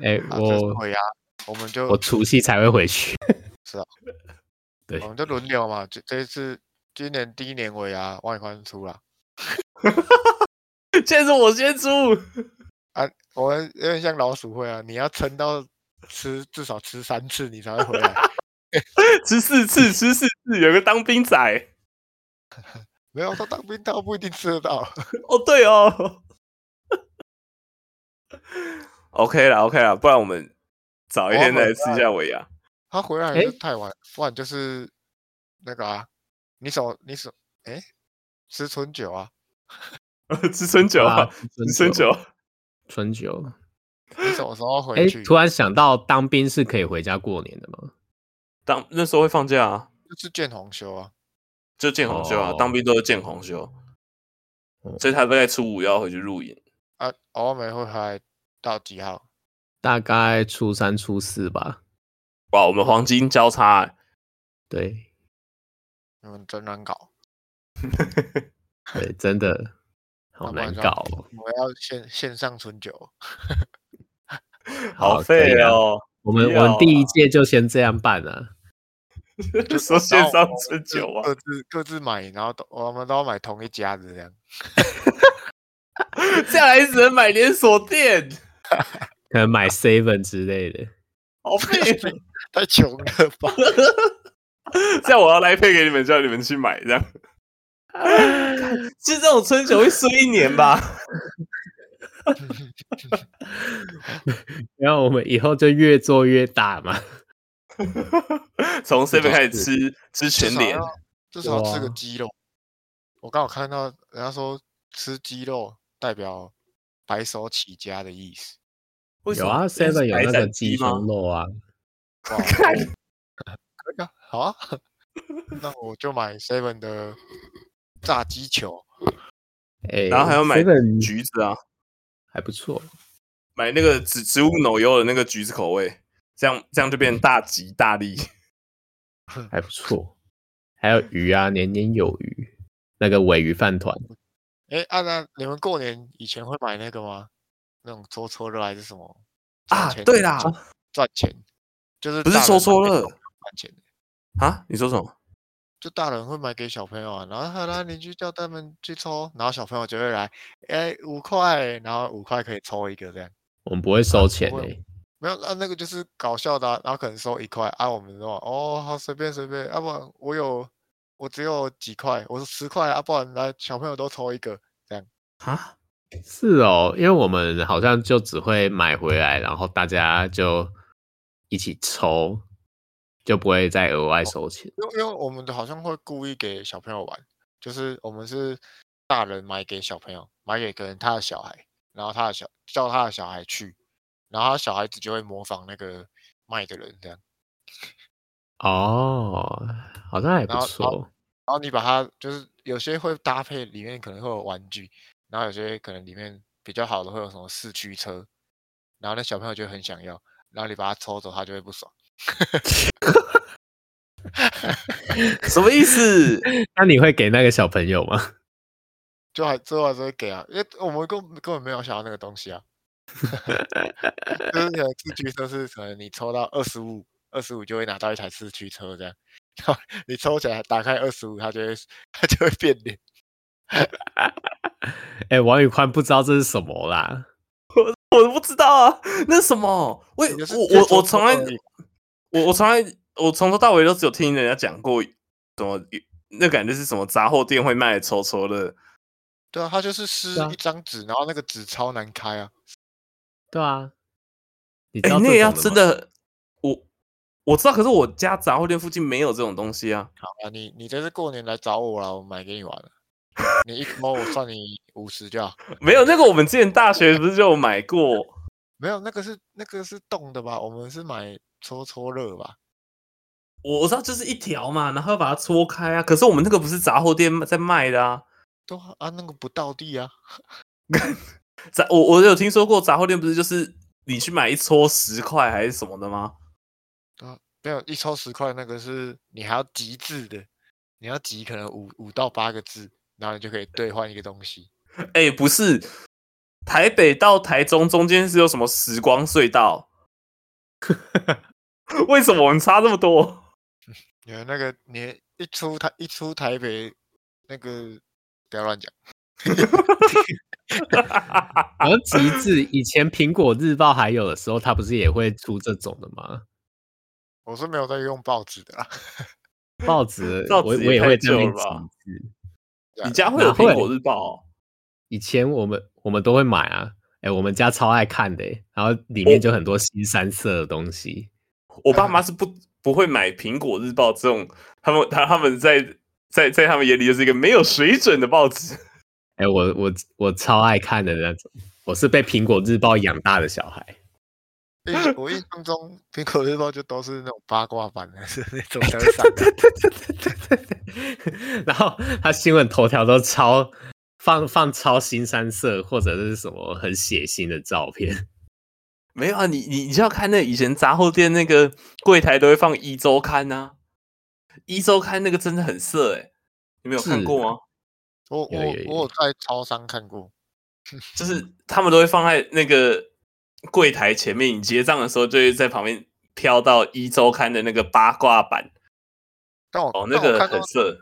[SPEAKER 5] 哎、
[SPEAKER 2] 啊，这是
[SPEAKER 5] 我
[SPEAKER 2] 回啊，我们就
[SPEAKER 5] 我除夕才会回去。对
[SPEAKER 2] 我们就轮流嘛，这这一次今年第一年尾牙外宽出了，
[SPEAKER 1] 现在是我先出，
[SPEAKER 2] 我们有点像老鼠会啊，你要撑到吃至少吃三次你才会回来，
[SPEAKER 1] 吃四次，吃四次，有个当兵仔。
[SPEAKER 2] 没有到当兵到不一定吃得到。
[SPEAKER 1] 哦，对哦。OK 啦 o k 啦，不然我们早一天再来吃一下尾牙。
[SPEAKER 2] 他回来
[SPEAKER 5] 诶
[SPEAKER 2] 就太晚，不然就是那个啊，你手你手哎、吃春酒啊，
[SPEAKER 1] 吃春酒
[SPEAKER 5] 啊
[SPEAKER 1] 啊，吃春酒。
[SPEAKER 5] 春酒。
[SPEAKER 2] 你什么时候
[SPEAKER 5] 哎、
[SPEAKER 2] 回去？
[SPEAKER 5] 突然想到，当兵是可以回家过年的吗？
[SPEAKER 1] 当那时候会放假啊，
[SPEAKER 2] 就是见红休啊，
[SPEAKER 1] 就见红休啊，
[SPEAKER 5] 哦
[SPEAKER 1] 当兵都是见红休，
[SPEAKER 5] 嗯
[SPEAKER 1] 所以他大概初五要回去露营。
[SPEAKER 2] 啊，偶尔没会回来到几号？
[SPEAKER 5] 大概初三、初四吧。
[SPEAKER 1] 哇，我们黄金交叉、欸，
[SPEAKER 5] 对
[SPEAKER 2] 你们真难搞，
[SPEAKER 5] 对，真 的
[SPEAKER 2] 要
[SPEAKER 5] 好
[SPEAKER 2] 不然
[SPEAKER 5] 难
[SPEAKER 2] 就要
[SPEAKER 5] 搞、哦。
[SPEAKER 2] 我要线线上春酒。
[SPEAKER 1] 好
[SPEAKER 5] 可以
[SPEAKER 1] 废
[SPEAKER 5] 啊
[SPEAKER 1] 哦！
[SPEAKER 5] 我们
[SPEAKER 1] 不
[SPEAKER 5] 我
[SPEAKER 1] 要
[SPEAKER 5] 们第一届就先这样办啊。
[SPEAKER 1] 说
[SPEAKER 2] 然
[SPEAKER 1] 线
[SPEAKER 2] 后
[SPEAKER 1] 上
[SPEAKER 2] 我
[SPEAKER 1] 吃
[SPEAKER 2] 们就
[SPEAKER 1] 酒啊，
[SPEAKER 2] 各自各自买，然后都我们都要买同一家的这样。
[SPEAKER 1] 这样还只能买连锁店，
[SPEAKER 5] 可能买 seven 之 类的，
[SPEAKER 1] 好 废哦！
[SPEAKER 2] 太穷了吧？
[SPEAKER 1] 这样我要来配给你们，叫你们去买，这 样。其实这种春酒会睡一年吧？
[SPEAKER 5] 然后我们以后就越做越大嘛。
[SPEAKER 1] 从 seven
[SPEAKER 5] 是
[SPEAKER 1] 开始吃吃
[SPEAKER 2] 至
[SPEAKER 1] 全
[SPEAKER 2] 少
[SPEAKER 1] 年
[SPEAKER 2] 要，至少要吃个
[SPEAKER 5] 哇
[SPEAKER 2] 鸡肉。我刚好看到人家说吃鸡肉代表白手起家的意思。
[SPEAKER 1] 为什
[SPEAKER 5] 有
[SPEAKER 1] 么
[SPEAKER 5] 啊，seven 有
[SPEAKER 1] 白
[SPEAKER 5] 那
[SPEAKER 1] 斩
[SPEAKER 5] 个鸡
[SPEAKER 1] 吗？
[SPEAKER 5] 胸肉嗯啊。
[SPEAKER 2] 哇，我可以啊， 好啊，那我就买 seven 的炸鸡球。
[SPEAKER 5] 哎、
[SPEAKER 1] 然后还要买
[SPEAKER 5] seven
[SPEAKER 1] 橘子啊，
[SPEAKER 5] 还不错。
[SPEAKER 1] 买那个植植物奶油的那个橘子口味，这样这样就变大吉大利。
[SPEAKER 5] 还不错，还有鱼啊，年年有余。那个尾鱼饭团，
[SPEAKER 2] 哎，啊那你们过年以前会买那个吗？那种搓搓乐还是什么？
[SPEAKER 1] 啊对啦，
[SPEAKER 2] 赚钱就是
[SPEAKER 1] 不是
[SPEAKER 2] 大
[SPEAKER 1] 搓
[SPEAKER 2] 人
[SPEAKER 1] 搓
[SPEAKER 2] 买那
[SPEAKER 1] 乐
[SPEAKER 2] 种赚钱的。
[SPEAKER 1] 啊？你说什么？
[SPEAKER 2] 就大人会买给小朋友啊，然后后来邻居叫他们去抽，然后小朋友就会来，哎，五块，然后五块可以抽一个这样。
[SPEAKER 5] 我们不
[SPEAKER 1] 啊
[SPEAKER 5] 会收钱
[SPEAKER 2] 不
[SPEAKER 5] 诶、
[SPEAKER 2] 会没有，啊、那个就是搞笑的啊、然后可能收一块，啊，我们说哦，好随便随便，要、啊、不然我有我只有几块，我说十块，啊，不然来小朋友都抽一个，
[SPEAKER 1] 啊，
[SPEAKER 5] 是哦，因为我们好像就只会买回来，然后大家就一起抽，就不会再额
[SPEAKER 1] 哦
[SPEAKER 5] 外收钱。
[SPEAKER 2] 因为因为我们的好像会故意给小朋友玩，就是我们是大人买给小朋友，买给可能他的小孩，然后他的小叫他的小孩去，然后他小孩子就会模仿那个卖的人这样，
[SPEAKER 5] 哦，好像还不
[SPEAKER 2] 然后然
[SPEAKER 5] 错。
[SPEAKER 2] 然后你把它就是有些会搭配里面可能会有玩具，然后有些可能里面比较好的会有什么四驱车，然后那小朋友就很想要，然后你把它抽走，他就会不爽。
[SPEAKER 1] 什么意 思？
[SPEAKER 5] 那你会给那个小朋友吗？
[SPEAKER 2] 就还最后还是会给啊，因为我们根本根本没有想要那个东西啊。 就是可能四驱车是可能你抽到二十五，二十五就会拿到一台四驱车这样， 然后你抽起来打开二十五，它就会 它就会变脸。
[SPEAKER 5] 哎、王宇宽不知道这是什么啦。
[SPEAKER 1] 我都不知道啊，那是什么？我也
[SPEAKER 2] 你就是
[SPEAKER 1] 我
[SPEAKER 2] 就
[SPEAKER 1] 我我
[SPEAKER 2] 从头
[SPEAKER 1] 从来
[SPEAKER 2] 到尾
[SPEAKER 1] 我我从来我从头到尾都只有听人家讲过什么，那感觉是什么杂货店会卖的抽抽乐。
[SPEAKER 2] 对啊，它就是撕
[SPEAKER 5] 啊
[SPEAKER 2] 一张纸，然后那个纸超难开啊。
[SPEAKER 5] 对啊，你知
[SPEAKER 1] 哎、
[SPEAKER 5] 道这
[SPEAKER 1] 那个要
[SPEAKER 5] 种
[SPEAKER 1] 真
[SPEAKER 5] 的吗
[SPEAKER 1] 的，我我知道，可是我家杂货店附近没有这种东西啊。
[SPEAKER 2] 好啊，你你这次过年来找我啦，我买给你玩了。你一摸我算你五十就好。
[SPEAKER 1] 没有那个，我们之前大学不是就有买 过？
[SPEAKER 2] 没有，那个是那个是动的吧？我们是买搓搓乐吧？
[SPEAKER 1] 我我知道就是一条嘛，然后把它搓开啊。可是我们那个不是杂货店在卖的啊。
[SPEAKER 2] 对啊，啊那个不到地啊。
[SPEAKER 1] 杂我我有听说过杂货店不是就是你去买一搓十块还是什么的吗？
[SPEAKER 2] 没有一抽十块，那个是你还要集字的，你要集可能五五到八个字，然后你就可以兑换一个东西。
[SPEAKER 1] 哎、不是，台北到台中中间是有什么时光隧道？ 为什么我们差这么多？，
[SPEAKER 2] 你们那个你一出台一出台北，那个不要乱讲，
[SPEAKER 5] 然后极致，以前苹果日报还有的时候，它不是也会出这种的吗？
[SPEAKER 2] 我是没有在用报纸的啦。
[SPEAKER 5] 报纸
[SPEAKER 1] 报
[SPEAKER 5] 我
[SPEAKER 1] 纸
[SPEAKER 5] 我
[SPEAKER 1] 也
[SPEAKER 5] 也
[SPEAKER 1] 太
[SPEAKER 5] 会这
[SPEAKER 1] 旧
[SPEAKER 5] 边
[SPEAKER 1] 了吧
[SPEAKER 5] 极致。
[SPEAKER 1] 你家会有
[SPEAKER 5] 哪会
[SPEAKER 1] 苹果日报、哦？
[SPEAKER 5] 以前我们我们都会买啊，哎、我们家超爱看的欸、然后里面
[SPEAKER 1] 哦
[SPEAKER 5] 就很多新三色的东西。
[SPEAKER 1] 我爸妈是不不会买苹果日报这种，他们他他们在在在他们眼里就是一个没有水准的报纸。
[SPEAKER 5] 哎、我我我超爱看的那种，我是被苹果日报养大的小孩。
[SPEAKER 2] 印我印象中，苹果日报就都是那种八卦版的，是那种才会上的。
[SPEAKER 5] 然后他新闻头条都超放放超新三色或者是什么很血腥的照片，
[SPEAKER 1] 没有啊，你你你就要看那以前杂货店那个柜台都会放一周刊呐、一周刊那个真的很色哎、你们有看
[SPEAKER 5] 是
[SPEAKER 1] 过吗？
[SPEAKER 2] 我我
[SPEAKER 5] 有有
[SPEAKER 2] 我有在超商看过，
[SPEAKER 1] 就是他们都会放在那个柜台前面，你结账的时候就会在旁边飘到一周刊的那个八卦版
[SPEAKER 2] 但我
[SPEAKER 1] 哦，那
[SPEAKER 2] 但我
[SPEAKER 1] 个
[SPEAKER 2] 看
[SPEAKER 1] 很
[SPEAKER 2] 到
[SPEAKER 1] 色。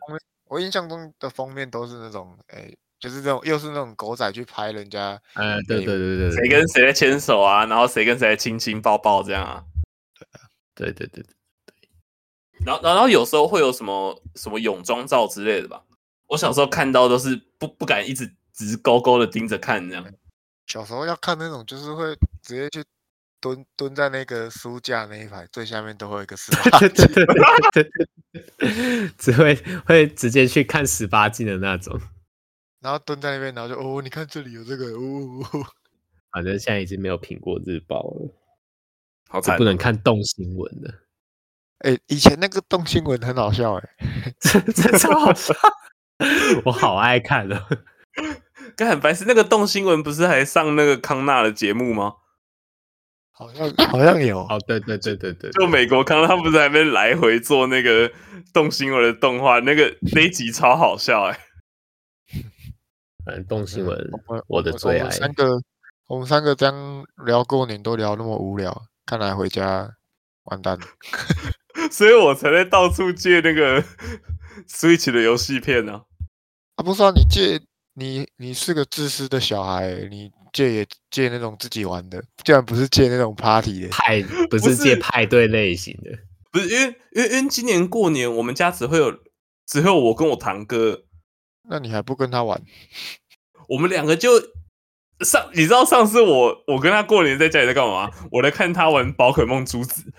[SPEAKER 2] 我印象中的封面都是那种，哎、就是那种又是那种狗仔去拍人家，
[SPEAKER 5] 呃，对对对对
[SPEAKER 1] 谁
[SPEAKER 5] 对
[SPEAKER 1] 跟谁在牵手啊？然后谁跟谁在亲亲抱抱这样啊？
[SPEAKER 5] 对对对，
[SPEAKER 1] 然后，然后有时候会有什么什么泳装照之类的吧。我小时候看到都是不不敢一直直勾勾的盯着看这样。
[SPEAKER 2] 小时候要看那种，就是会直接去蹲蹲在那个书架那一排最下面都会有一个十八
[SPEAKER 5] 对对对对对，只会会直接去看十八禁的那种，
[SPEAKER 2] 然后蹲在那边，然后就哦，你看这里有这个，哦，哦哦
[SPEAKER 5] 反正现在已经没有苹果日报了，
[SPEAKER 1] 好
[SPEAKER 5] 就
[SPEAKER 1] 惨哦
[SPEAKER 5] 不能看动新闻了，
[SPEAKER 2] 哎、以前那个动新闻很好笑、哎，
[SPEAKER 5] 这超好笑， 我好爱看哦的、
[SPEAKER 1] 跟很白痴那个动新闻不是还上那个康纳的节目吗？
[SPEAKER 2] 好像好像有，
[SPEAKER 5] 哦，对对对对对，
[SPEAKER 1] 就美国康纳他不是还没来回做那个动新闻的动画，那个那一集超好笑 哎、
[SPEAKER 5] 反正动新闻
[SPEAKER 2] 我们
[SPEAKER 5] 嗯我的
[SPEAKER 2] 们
[SPEAKER 5] 最
[SPEAKER 2] 我
[SPEAKER 5] 爱
[SPEAKER 2] 们。三个，我们三个这样聊过年都聊那么无聊，看来回家完蛋了。
[SPEAKER 1] 所以我才在到处借那个 Switch 的游戏片呢、
[SPEAKER 2] 啊，不是啊，你借你你是个自私的小孩，欸你借也借那种自己玩的，竟然不是借那种 party 的。
[SPEAKER 5] 派不
[SPEAKER 1] 不
[SPEAKER 5] 是借
[SPEAKER 1] 是
[SPEAKER 5] 派对类型的，
[SPEAKER 1] 不是因为因为因为今年过年我们家只会有只会有我跟我堂哥，
[SPEAKER 2] 那你还不跟 他玩？
[SPEAKER 1] 我们两个就上，你知道上次我我跟他过年在家里在干嘛？我在看他玩宝可梦珠子，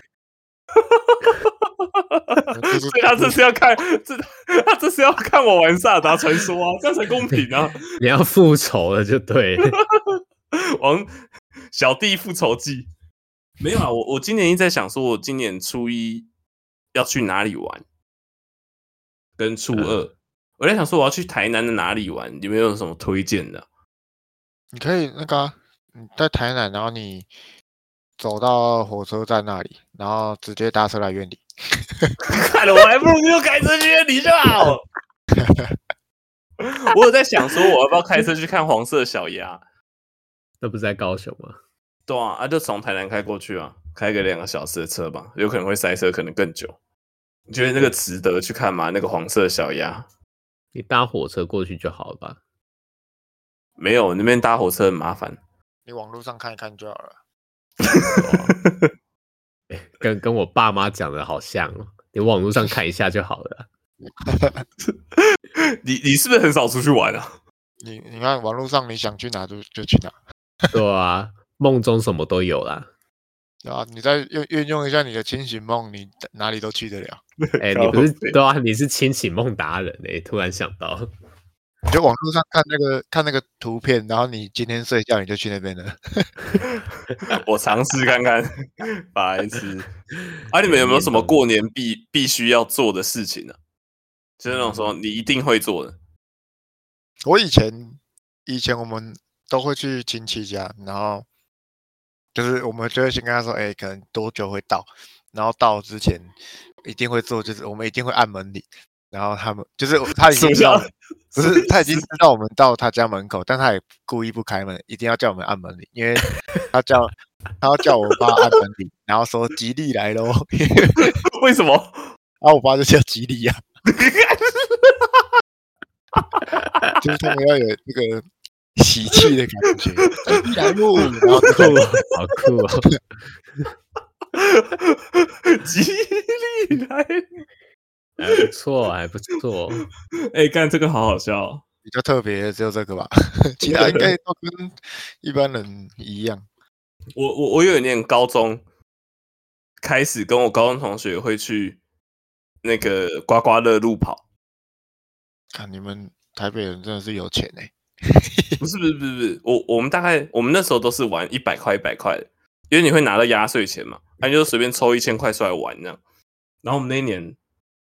[SPEAKER 2] 这是
[SPEAKER 1] 所以他啊这是要看这他这是要看我玩萨尔达传说啊，这样才公平啊！
[SPEAKER 5] 你要复仇了就对 了。
[SPEAKER 1] 王小弟复仇记没有啊，我我今年一直在想说，我今年初一要去哪里玩，跟初二，我在想说我要去台南的哪里玩，你们有什么推荐的？
[SPEAKER 2] 你可以那个啊、你在台南，然后你走到火车站那里，然后直接搭车来院里。
[SPEAKER 1] 看了，我还不如就开车去院里就好。 我有在想说，我要不要开车去看黄色小鸭？
[SPEAKER 5] 那不是在高雄吗？
[SPEAKER 1] 对啊，啊就从台南开过去啊，开个两个小时的车吧，有可能会塞车，可能更久。你觉得那个值得去看吗？那个黄色小鸭
[SPEAKER 5] 你搭火车过去就好了吧？
[SPEAKER 1] 没有，那边搭火车很麻烦。
[SPEAKER 2] 你网络上看一看就好了。
[SPEAKER 5] 欸跟跟我爸妈讲的好像哦，你网络上看一下就好了。
[SPEAKER 1] 你你是不是很少出去玩啊？
[SPEAKER 2] 你你看网络上你想去哪就就去哪，
[SPEAKER 5] 对啊，梦中什么都有啦。
[SPEAKER 2] 对啊，你再运运用一下你的清醒梦，你哪里都去得了。
[SPEAKER 5] 哎、你不是
[SPEAKER 1] 靠北
[SPEAKER 5] 对啊？你是清醒梦达人哎、突然想 到，
[SPEAKER 2] 你就网络上看那个看那个图片，然后你今天睡觉你就去那边了。
[SPEAKER 1] 我尝试看看，白痴。啊，你们有没有什么过年必必须要做的事情呢、就是那种说你一定会做的。
[SPEAKER 2] 我以前以前我们都会去亲戚家，然后就是我们就会先跟他说，哎、可能多久会到，然后到之前一定会做，就是我们一定会按门铃，然后他们就是他已
[SPEAKER 1] 什
[SPEAKER 2] 经
[SPEAKER 1] 么
[SPEAKER 2] 知道
[SPEAKER 1] 叫
[SPEAKER 2] 我们，不 是他已经知道我们到他家门口，但他也故意不开门，一定要叫我们按门铃，因为他叫他要叫我爸按门铃，然后说吉利来喽，
[SPEAKER 1] 为什么？
[SPEAKER 2] 然啊后我爸就叫吉利呀、啊，就是他们要有那个喜气的感觉，吉利来喽，然后
[SPEAKER 5] 酷 哦，好酷哦！
[SPEAKER 1] 吉利来！
[SPEAKER 5] 还不错，还不错。
[SPEAKER 1] 哎、干这个好好笑、哦。
[SPEAKER 2] 比较特别的只有这个吧，其他应该都跟一般人一样。
[SPEAKER 1] 我我我有一年高中开始跟我高中同学会去那个刮刮乐路跑，
[SPEAKER 2] 看啊你们台北人真的是有钱哎、
[SPEAKER 1] 不是不是不是不是，我我们大概我们那时候都是玩一百块一百块的，因为你会拿到压岁钱嘛，那、你就随便抽一千块出来玩这样。然后我们那一年，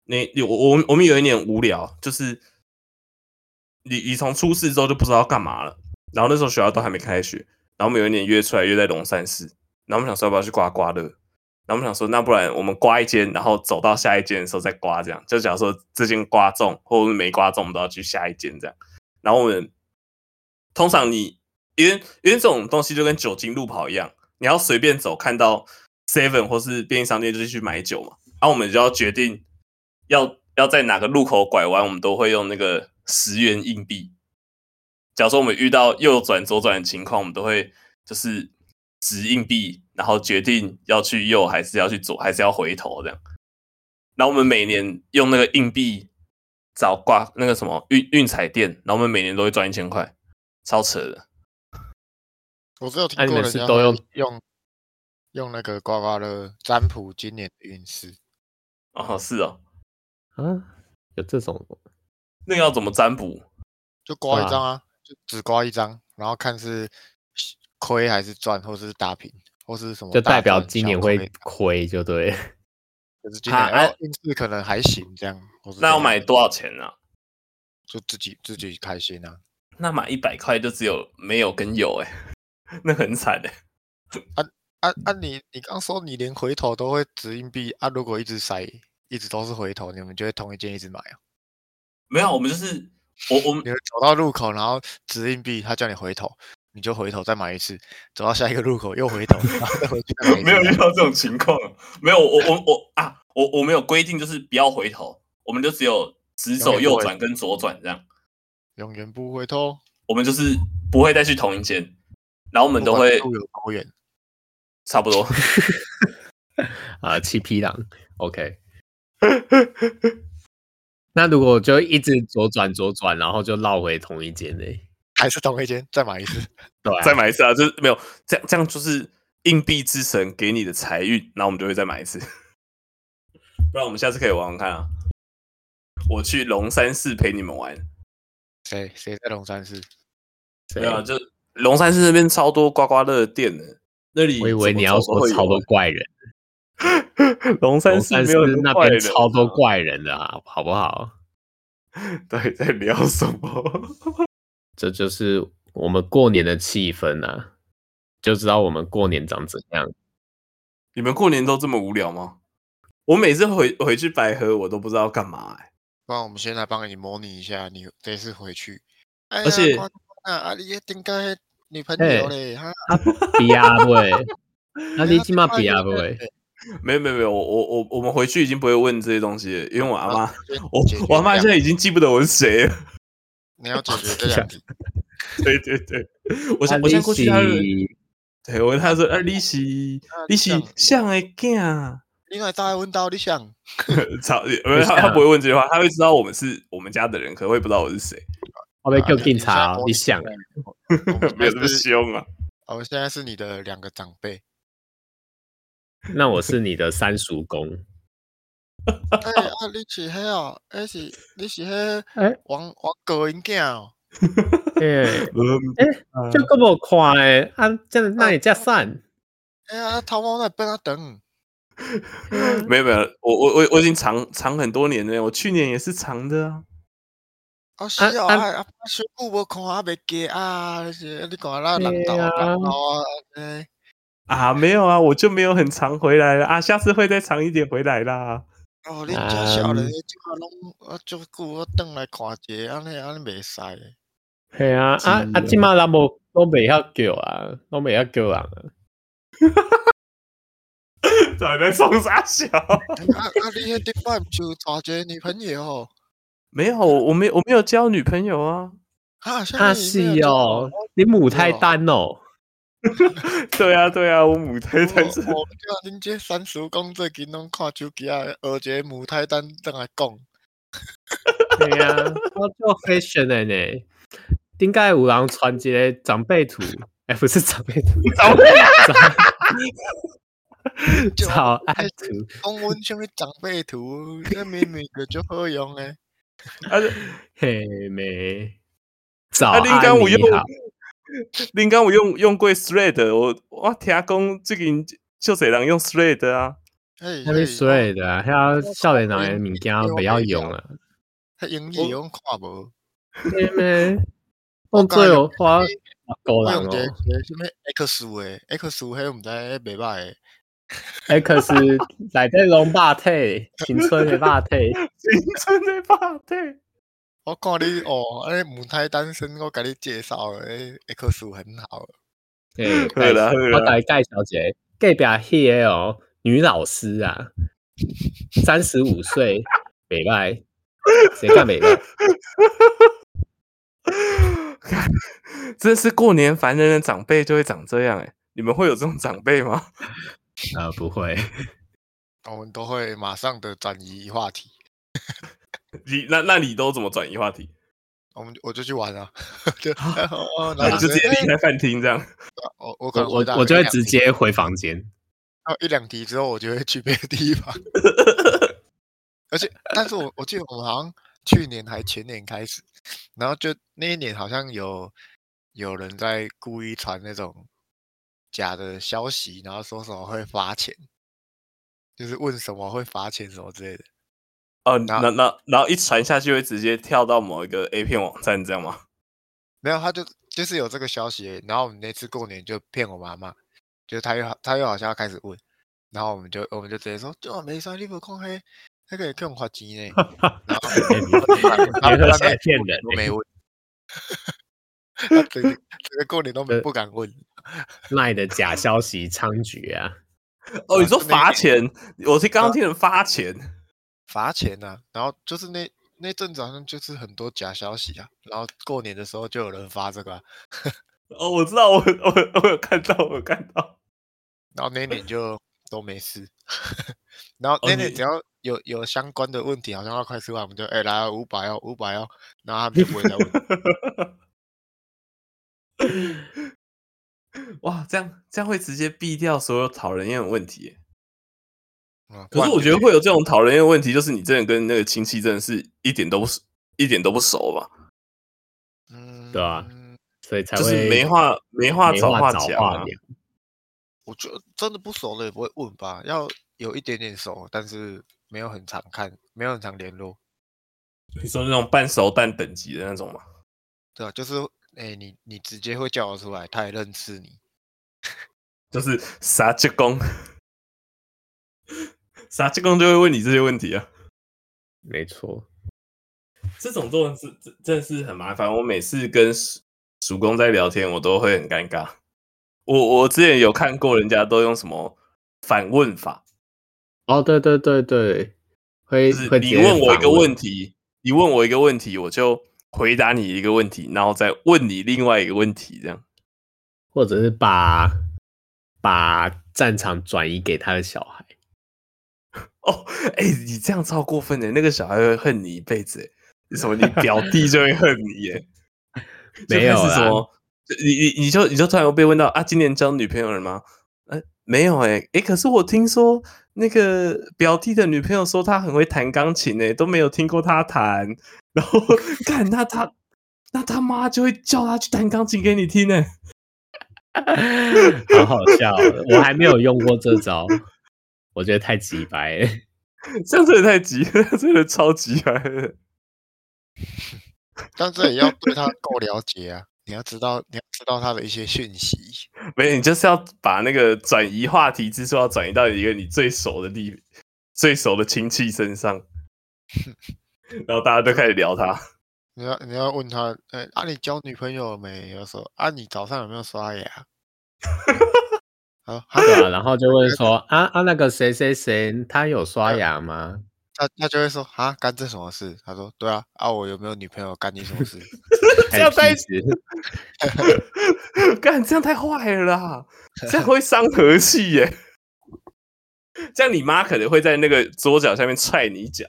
[SPEAKER 1] 那有我我们我们有一年无聊，就是你你从出事之后就不知道要干嘛了，然后那时候学校都还没开学，然后我们有一年约出来约在龙山寺，然后我们想说要不要去刮刮乐，然后我们想说那不然我们刮一间，然后走到下一间的时候再刮这样，就假如说这间刮中或者没刮中，我们都要去下一间这样。然后我们通常你因为因为这种东西就跟酒精路跑一样，你要随便走看到 Seven 或是便利商店就去买酒嘛，然后我们就要决定要要在哪个路口拐弯，我们都会用那个十元硬币。假如说我们遇到右转左转的情况，我们都会就是掷硬币，然后决定要去右还是要去左，还是要回头这样。然后我们每年用那个硬币找挂那个什么运运彩店，然后我们每年都会赚一千块，超扯的。
[SPEAKER 2] 我只有听
[SPEAKER 5] 啊你
[SPEAKER 2] 过
[SPEAKER 5] 们
[SPEAKER 2] 人
[SPEAKER 5] 是
[SPEAKER 2] 家
[SPEAKER 5] 都
[SPEAKER 2] 会
[SPEAKER 5] 用
[SPEAKER 2] 用用那个刮刮乐占卜今年的运势，
[SPEAKER 1] 哦，是哦，
[SPEAKER 5] 啊，有这种
[SPEAKER 1] 那个要怎么占卜？
[SPEAKER 2] 就刮
[SPEAKER 5] 对啊
[SPEAKER 2] 一张啊，就只刮一张，然后看是亏还是赚，或是打平，或是什么
[SPEAKER 5] 就
[SPEAKER 2] 大
[SPEAKER 5] 代表
[SPEAKER 2] 赚
[SPEAKER 5] 今
[SPEAKER 2] 小
[SPEAKER 5] 年会
[SPEAKER 2] 亏
[SPEAKER 5] 亏，就对了。
[SPEAKER 2] 就是今
[SPEAKER 1] 啊
[SPEAKER 2] 年
[SPEAKER 1] 哎
[SPEAKER 2] 哦运势可能还行这样。或是
[SPEAKER 1] 那要
[SPEAKER 2] 怎样
[SPEAKER 1] 买多少钱呢、啊？
[SPEAKER 2] 就自己自己开心啊。
[SPEAKER 1] 那买一百块就只有没有跟有哎、 那很惨哎、
[SPEAKER 2] 啊啊
[SPEAKER 1] 嗯
[SPEAKER 2] 你，你刚说你连回头都会掷硬币啊，如果一直塞，一直都是回头，你们就会同一件一直买啊。
[SPEAKER 1] 没有，我们就是我我们
[SPEAKER 2] 你们走到路口，然后掷硬币，他叫你回头，你就回头再买一次，走到下一个路口又回头，然后再回去再买一
[SPEAKER 1] 没
[SPEAKER 2] 次。
[SPEAKER 1] 有遇到这种情况，没有我我我啊，我我没有规定就是不要回头，我们就只有
[SPEAKER 3] 只走右转跟左转这样。
[SPEAKER 2] 永远不回头。
[SPEAKER 3] 我们就是不会再去同一间，然后我
[SPEAKER 2] 我
[SPEAKER 3] 们都会
[SPEAKER 2] 路有多远？
[SPEAKER 3] 差不多。
[SPEAKER 5] 啊，七匹狼，OK。那如果就一直左转左转，然后就绕回同一间呢？
[SPEAKER 2] 还是同一间，再买一次。
[SPEAKER 5] 对、啊，
[SPEAKER 1] 再买一次啊，就是没有这样，这样就是硬币之神给你的财运，然后我们就会再买一次。 不然我们下次可以玩玩看啊。我去龙山寺陪你们玩，
[SPEAKER 2] 谁谁在龙山寺？
[SPEAKER 1] 对啊，就龙山寺那边超多刮刮乐的店的，那里
[SPEAKER 5] 我以为
[SPEAKER 1] 怎么
[SPEAKER 5] 你要
[SPEAKER 1] 走都
[SPEAKER 5] 说
[SPEAKER 1] 会有啊
[SPEAKER 5] 超多怪人，哦
[SPEAKER 1] 龙山
[SPEAKER 5] 但
[SPEAKER 1] 寺
[SPEAKER 5] 是
[SPEAKER 1] 没有很
[SPEAKER 5] 那
[SPEAKER 1] 怪
[SPEAKER 5] 边
[SPEAKER 1] 人
[SPEAKER 5] 超多
[SPEAKER 1] 啊
[SPEAKER 5] 怪人的啊，好不好？
[SPEAKER 1] 对，在聊什么？
[SPEAKER 5] 这就是我们过年的气氛啊，就知道我们过年长怎 样。
[SPEAKER 1] 你们过年都这么无聊吗？我每次回回去白河，我都不知道干嘛、欸。
[SPEAKER 2] 不然我们先来帮你模拟一下，你这次回去。哎呀
[SPEAKER 1] 而且
[SPEAKER 2] 乖乖啊，啊，你也顶个女朋
[SPEAKER 5] 哎
[SPEAKER 2] 友嘞哈。
[SPEAKER 5] 比亚会，那
[SPEAKER 2] 哎
[SPEAKER 5] 你
[SPEAKER 2] 呀
[SPEAKER 5] 起码
[SPEAKER 2] 顶
[SPEAKER 5] 比亚
[SPEAKER 2] 到女朋友
[SPEAKER 5] 会，
[SPEAKER 2] 嘞
[SPEAKER 1] 没有没有没有，我我我我们回去已经不会问这些东西了，因为我阿妈，
[SPEAKER 2] 先
[SPEAKER 1] 我
[SPEAKER 2] 解决
[SPEAKER 1] 我阿妈
[SPEAKER 2] 这
[SPEAKER 1] 现在
[SPEAKER 2] 两
[SPEAKER 1] 已经记不得我是谁了。
[SPEAKER 2] 你要解决这两题，
[SPEAKER 1] 对对对，我想我现在过去他
[SPEAKER 5] 啊
[SPEAKER 1] 就，
[SPEAKER 5] 你是
[SPEAKER 1] 对我跟他说，啊，你是你是像诶囝，
[SPEAKER 2] 啊你来再问到你想，
[SPEAKER 1] 操，没有他他不会问这句话，他会知道我们是我们家的人，可会不知道我是谁，
[SPEAKER 5] 我被
[SPEAKER 2] 啊
[SPEAKER 5] 叫
[SPEAKER 2] 你
[SPEAKER 5] 警察哦，你 想啊？
[SPEAKER 2] 你现在模拟我
[SPEAKER 1] 没有这
[SPEAKER 2] 我
[SPEAKER 1] 么
[SPEAKER 2] 们是，
[SPEAKER 1] 凶啊。
[SPEAKER 2] 我们现在是你的两个长 辈。
[SPEAKER 5] 那我是你的三叔 公，
[SPEAKER 2] 哎啊，你是迄哦，哎是你是
[SPEAKER 4] 哎
[SPEAKER 2] 迄王王哥因囝哦，
[SPEAKER 5] 哎，
[SPEAKER 1] 嗯
[SPEAKER 5] 就这么快啊？这样那你加散，
[SPEAKER 2] 哎呀，头毛在变啊长，
[SPEAKER 1] 没有没有，我我我我已经藏藏很多年了，我去年也是藏的啊。
[SPEAKER 2] 啊是哦，
[SPEAKER 5] 啊
[SPEAKER 2] 啊啊，小久无看啊，袂记啊，是你看咱人头
[SPEAKER 5] 对啊
[SPEAKER 2] 人头啊，哎，
[SPEAKER 1] 啊，没有啊，我就没有很常回来了啊，下次会再长一点回来啦。
[SPEAKER 2] 哦，你真少
[SPEAKER 5] 嗯
[SPEAKER 2] 年，即下拢啊，足久我转来看者，安尼安尼袂使的。
[SPEAKER 5] 系啊啊啊！
[SPEAKER 1] 是
[SPEAKER 5] 即马咱无拢袂晓叫啊，拢袂晓叫人啊。
[SPEAKER 1] 在那冲啥小？
[SPEAKER 2] 啊啊，你迄顶摆毋就娶一个女朋友？
[SPEAKER 1] 没有，我没我没有交女朋友啊。
[SPEAKER 2] 啊，啥
[SPEAKER 5] 啊
[SPEAKER 2] 物
[SPEAKER 5] 是
[SPEAKER 2] 你没有
[SPEAKER 5] 哦
[SPEAKER 2] 交，
[SPEAKER 5] 你母胎单 哦，
[SPEAKER 1] 对啊对啊，我母 胎单身。
[SPEAKER 2] 我我叫恁这三叔公最近拢看手机啊，学一个母胎单等来 讲。
[SPEAKER 5] 系啊，我做 fashion 的呢。顶解有人传一个长辈图？哎，不是长辈图，
[SPEAKER 1] 长
[SPEAKER 5] 辈早安图，
[SPEAKER 2] 讲阮啥物长辈图，这明明个就好用诶。
[SPEAKER 1] 啊，
[SPEAKER 5] 嘿没。早
[SPEAKER 1] 啊，
[SPEAKER 5] 安，
[SPEAKER 1] 林刚我
[SPEAKER 5] 你
[SPEAKER 1] 用
[SPEAKER 5] 好，
[SPEAKER 1] 林刚我用用过 Thread，我我听讲最近就谁人用 Thread 啊？
[SPEAKER 2] 嘿，
[SPEAKER 5] 那边水的啊，遐少年人
[SPEAKER 2] 我
[SPEAKER 5] 的物件不要 用啊。
[SPEAKER 2] 迄英语拢看无。
[SPEAKER 5] 咩咩，我最有哦花
[SPEAKER 2] 我
[SPEAKER 5] 高人
[SPEAKER 2] 用一个一
[SPEAKER 5] 哦
[SPEAKER 2] 个啥物 X 诶，X 迄毋知迄袂歹诶。
[SPEAKER 5] ，X 内底龙霸体，青春的霸 体。
[SPEAKER 1] 青春的霸对。
[SPEAKER 2] 我看你哦，安尼母胎单身，我甲你介绍哎诶，X 很好。
[SPEAKER 5] 对，
[SPEAKER 1] 好啦好啦
[SPEAKER 5] 哎我来介绍一个隔壁迄个哦，女老师啊，三十五岁，美歹，谁看美歹？
[SPEAKER 1] 看真是过年烦人的长辈就会长这样哎、你们会有这种长辈吗？
[SPEAKER 5] 呃，不会，
[SPEAKER 2] 我们都会马上的转移话题。
[SPEAKER 1] 你那那你都怎么转移话题？
[SPEAKER 2] 我们我就去玩啊， 就哦哦，然
[SPEAKER 1] 你
[SPEAKER 2] 后
[SPEAKER 1] 就直接
[SPEAKER 2] 哎
[SPEAKER 1] 离开饭厅这样？
[SPEAKER 2] 我我可
[SPEAKER 5] 我
[SPEAKER 2] 能回答
[SPEAKER 5] 我我
[SPEAKER 2] 个
[SPEAKER 5] 就
[SPEAKER 2] 一
[SPEAKER 5] 会
[SPEAKER 2] 两
[SPEAKER 5] 直
[SPEAKER 2] 题，
[SPEAKER 5] 接回房间。
[SPEAKER 2] 然后一两题之后我就会去别的地方。而且，但是我我记得我们好像去年还前年开始，然后就那一年好像有有人在故意传那种假的消息，然后说什么会罚钱，就是问什么会罚钱什么之类的。
[SPEAKER 1] 哦，
[SPEAKER 2] 然
[SPEAKER 1] 那
[SPEAKER 2] 后
[SPEAKER 1] 那然后一传下去会直接跳到某一个 A 片网站，这样吗？
[SPEAKER 2] 没有，他就就是有这个消息而已，然后我们那次过年就骗我妈妈，就是他又他又好像要开始问，然后我们就我们就直接说，这没啥，你不空黑，那个也更花钱呢。然后他
[SPEAKER 5] 别
[SPEAKER 2] 们
[SPEAKER 5] 喝
[SPEAKER 2] 他
[SPEAKER 5] 水
[SPEAKER 2] 们
[SPEAKER 5] 骗人欸
[SPEAKER 2] 都没问， 他整个整个过年都没不敢问，
[SPEAKER 5] 卖的假消息猖獗啊！
[SPEAKER 1] 哦，你说
[SPEAKER 2] 啊
[SPEAKER 1] 罚钱？我是刚刚听人发钱，
[SPEAKER 2] 啊罚钱呢、然后就是那那阵子好像就是很多假消息啊，然后过年的时候就有人发这个啊、
[SPEAKER 1] 哦，我知道，我我我有看到，我有看到。
[SPEAKER 2] 然后那 一年就都没事， 然后那一年
[SPEAKER 1] 哦你
[SPEAKER 2] 只要有有相关的问题，好像要快出来，我们就哎、来五百哦，五百哦，然后他们就不会再问。
[SPEAKER 1] 哇，这样这样会直接避掉所有讨人厌的问题耶。
[SPEAKER 2] 嗯不
[SPEAKER 1] 可
[SPEAKER 2] 然
[SPEAKER 1] 是我
[SPEAKER 2] 就
[SPEAKER 1] 觉得会有这种讨人厌的问题，就是你真的跟那个亲戚真的是一点都不熟一点都不熟吧，
[SPEAKER 2] 嗯，
[SPEAKER 5] 对啊所以才
[SPEAKER 1] 就
[SPEAKER 5] 会
[SPEAKER 1] 是没话没话
[SPEAKER 5] 没
[SPEAKER 1] 找
[SPEAKER 5] 话找
[SPEAKER 1] 讲
[SPEAKER 5] 话
[SPEAKER 1] 啊。
[SPEAKER 5] 聊。
[SPEAKER 2] 我觉得真的不熟了也不会问吧，要有一点点熟，但是没有很常看，没有很常联络，
[SPEAKER 1] 你说那种半熟半等级的那种嘛？
[SPEAKER 2] 对啊，就是哎、你你直接会叫我出来，他也认识你，
[SPEAKER 1] 就是傻鸡公，傻鸡公就会问你这些问题啊。
[SPEAKER 5] 没错，
[SPEAKER 1] 这种做人是真真的是很麻烦。我每次跟叔叔公在聊天，我都会很尴尬。我我之前有看过人家都用什么反问法，
[SPEAKER 5] 哦，对对对对，会
[SPEAKER 1] 就是
[SPEAKER 5] 会直
[SPEAKER 1] 你
[SPEAKER 5] 接
[SPEAKER 1] 问我一
[SPEAKER 5] 反
[SPEAKER 1] 个问题，你问我一个问题，我就回答你一个问题，然后再问你另外一个问题，这样。
[SPEAKER 5] 或者是把把战场转移给他的小 孩。
[SPEAKER 1] 哦，哎、你这样超过分的，那个小孩会恨你一辈子欸。什么？你表弟就会恨你 耶？就
[SPEAKER 5] 没有
[SPEAKER 1] 开始什
[SPEAKER 5] 啦
[SPEAKER 1] 么？就你你你就你就突然又被问到啊，今年交女朋友了吗？呃，没有哎、欸、哎、可是我听说那个表弟的女朋友说她很会弹钢琴哎、都没有听过她弹。然后 看那他那他妈就会叫他去弹钢琴给你听欸呢、
[SPEAKER 5] 好好笑哦，我还没有用过这招，我觉得太鸡掰了。
[SPEAKER 1] 这样真的太急了， 真的超级白了。
[SPEAKER 2] 但这也要对他够了解啊，你要知道你要知道他的一些讯息，
[SPEAKER 1] 没有，你就是要把那个转移话题之术要转移到一个你最熟的地、最熟的亲戚身上，然后大家都开始聊他。
[SPEAKER 2] 你要你要问他，哎、啊你交女朋友了没？要说啊你早上有没有刷 牙？啊，他
[SPEAKER 5] 对啊，然后就问说啊啊，那个谁谁谁，他有刷
[SPEAKER 1] 啊
[SPEAKER 5] 牙吗？
[SPEAKER 2] 他他就会说啊干这什么事？他说对啊啊我有没有女朋友干你什么事？
[SPEAKER 1] 这样
[SPEAKER 5] 太
[SPEAKER 1] 太
[SPEAKER 5] 屁事
[SPEAKER 1] 干，这样太坏了啦，这样会伤和气耶。这样你妈可能会在那个桌角下面踹你一脚，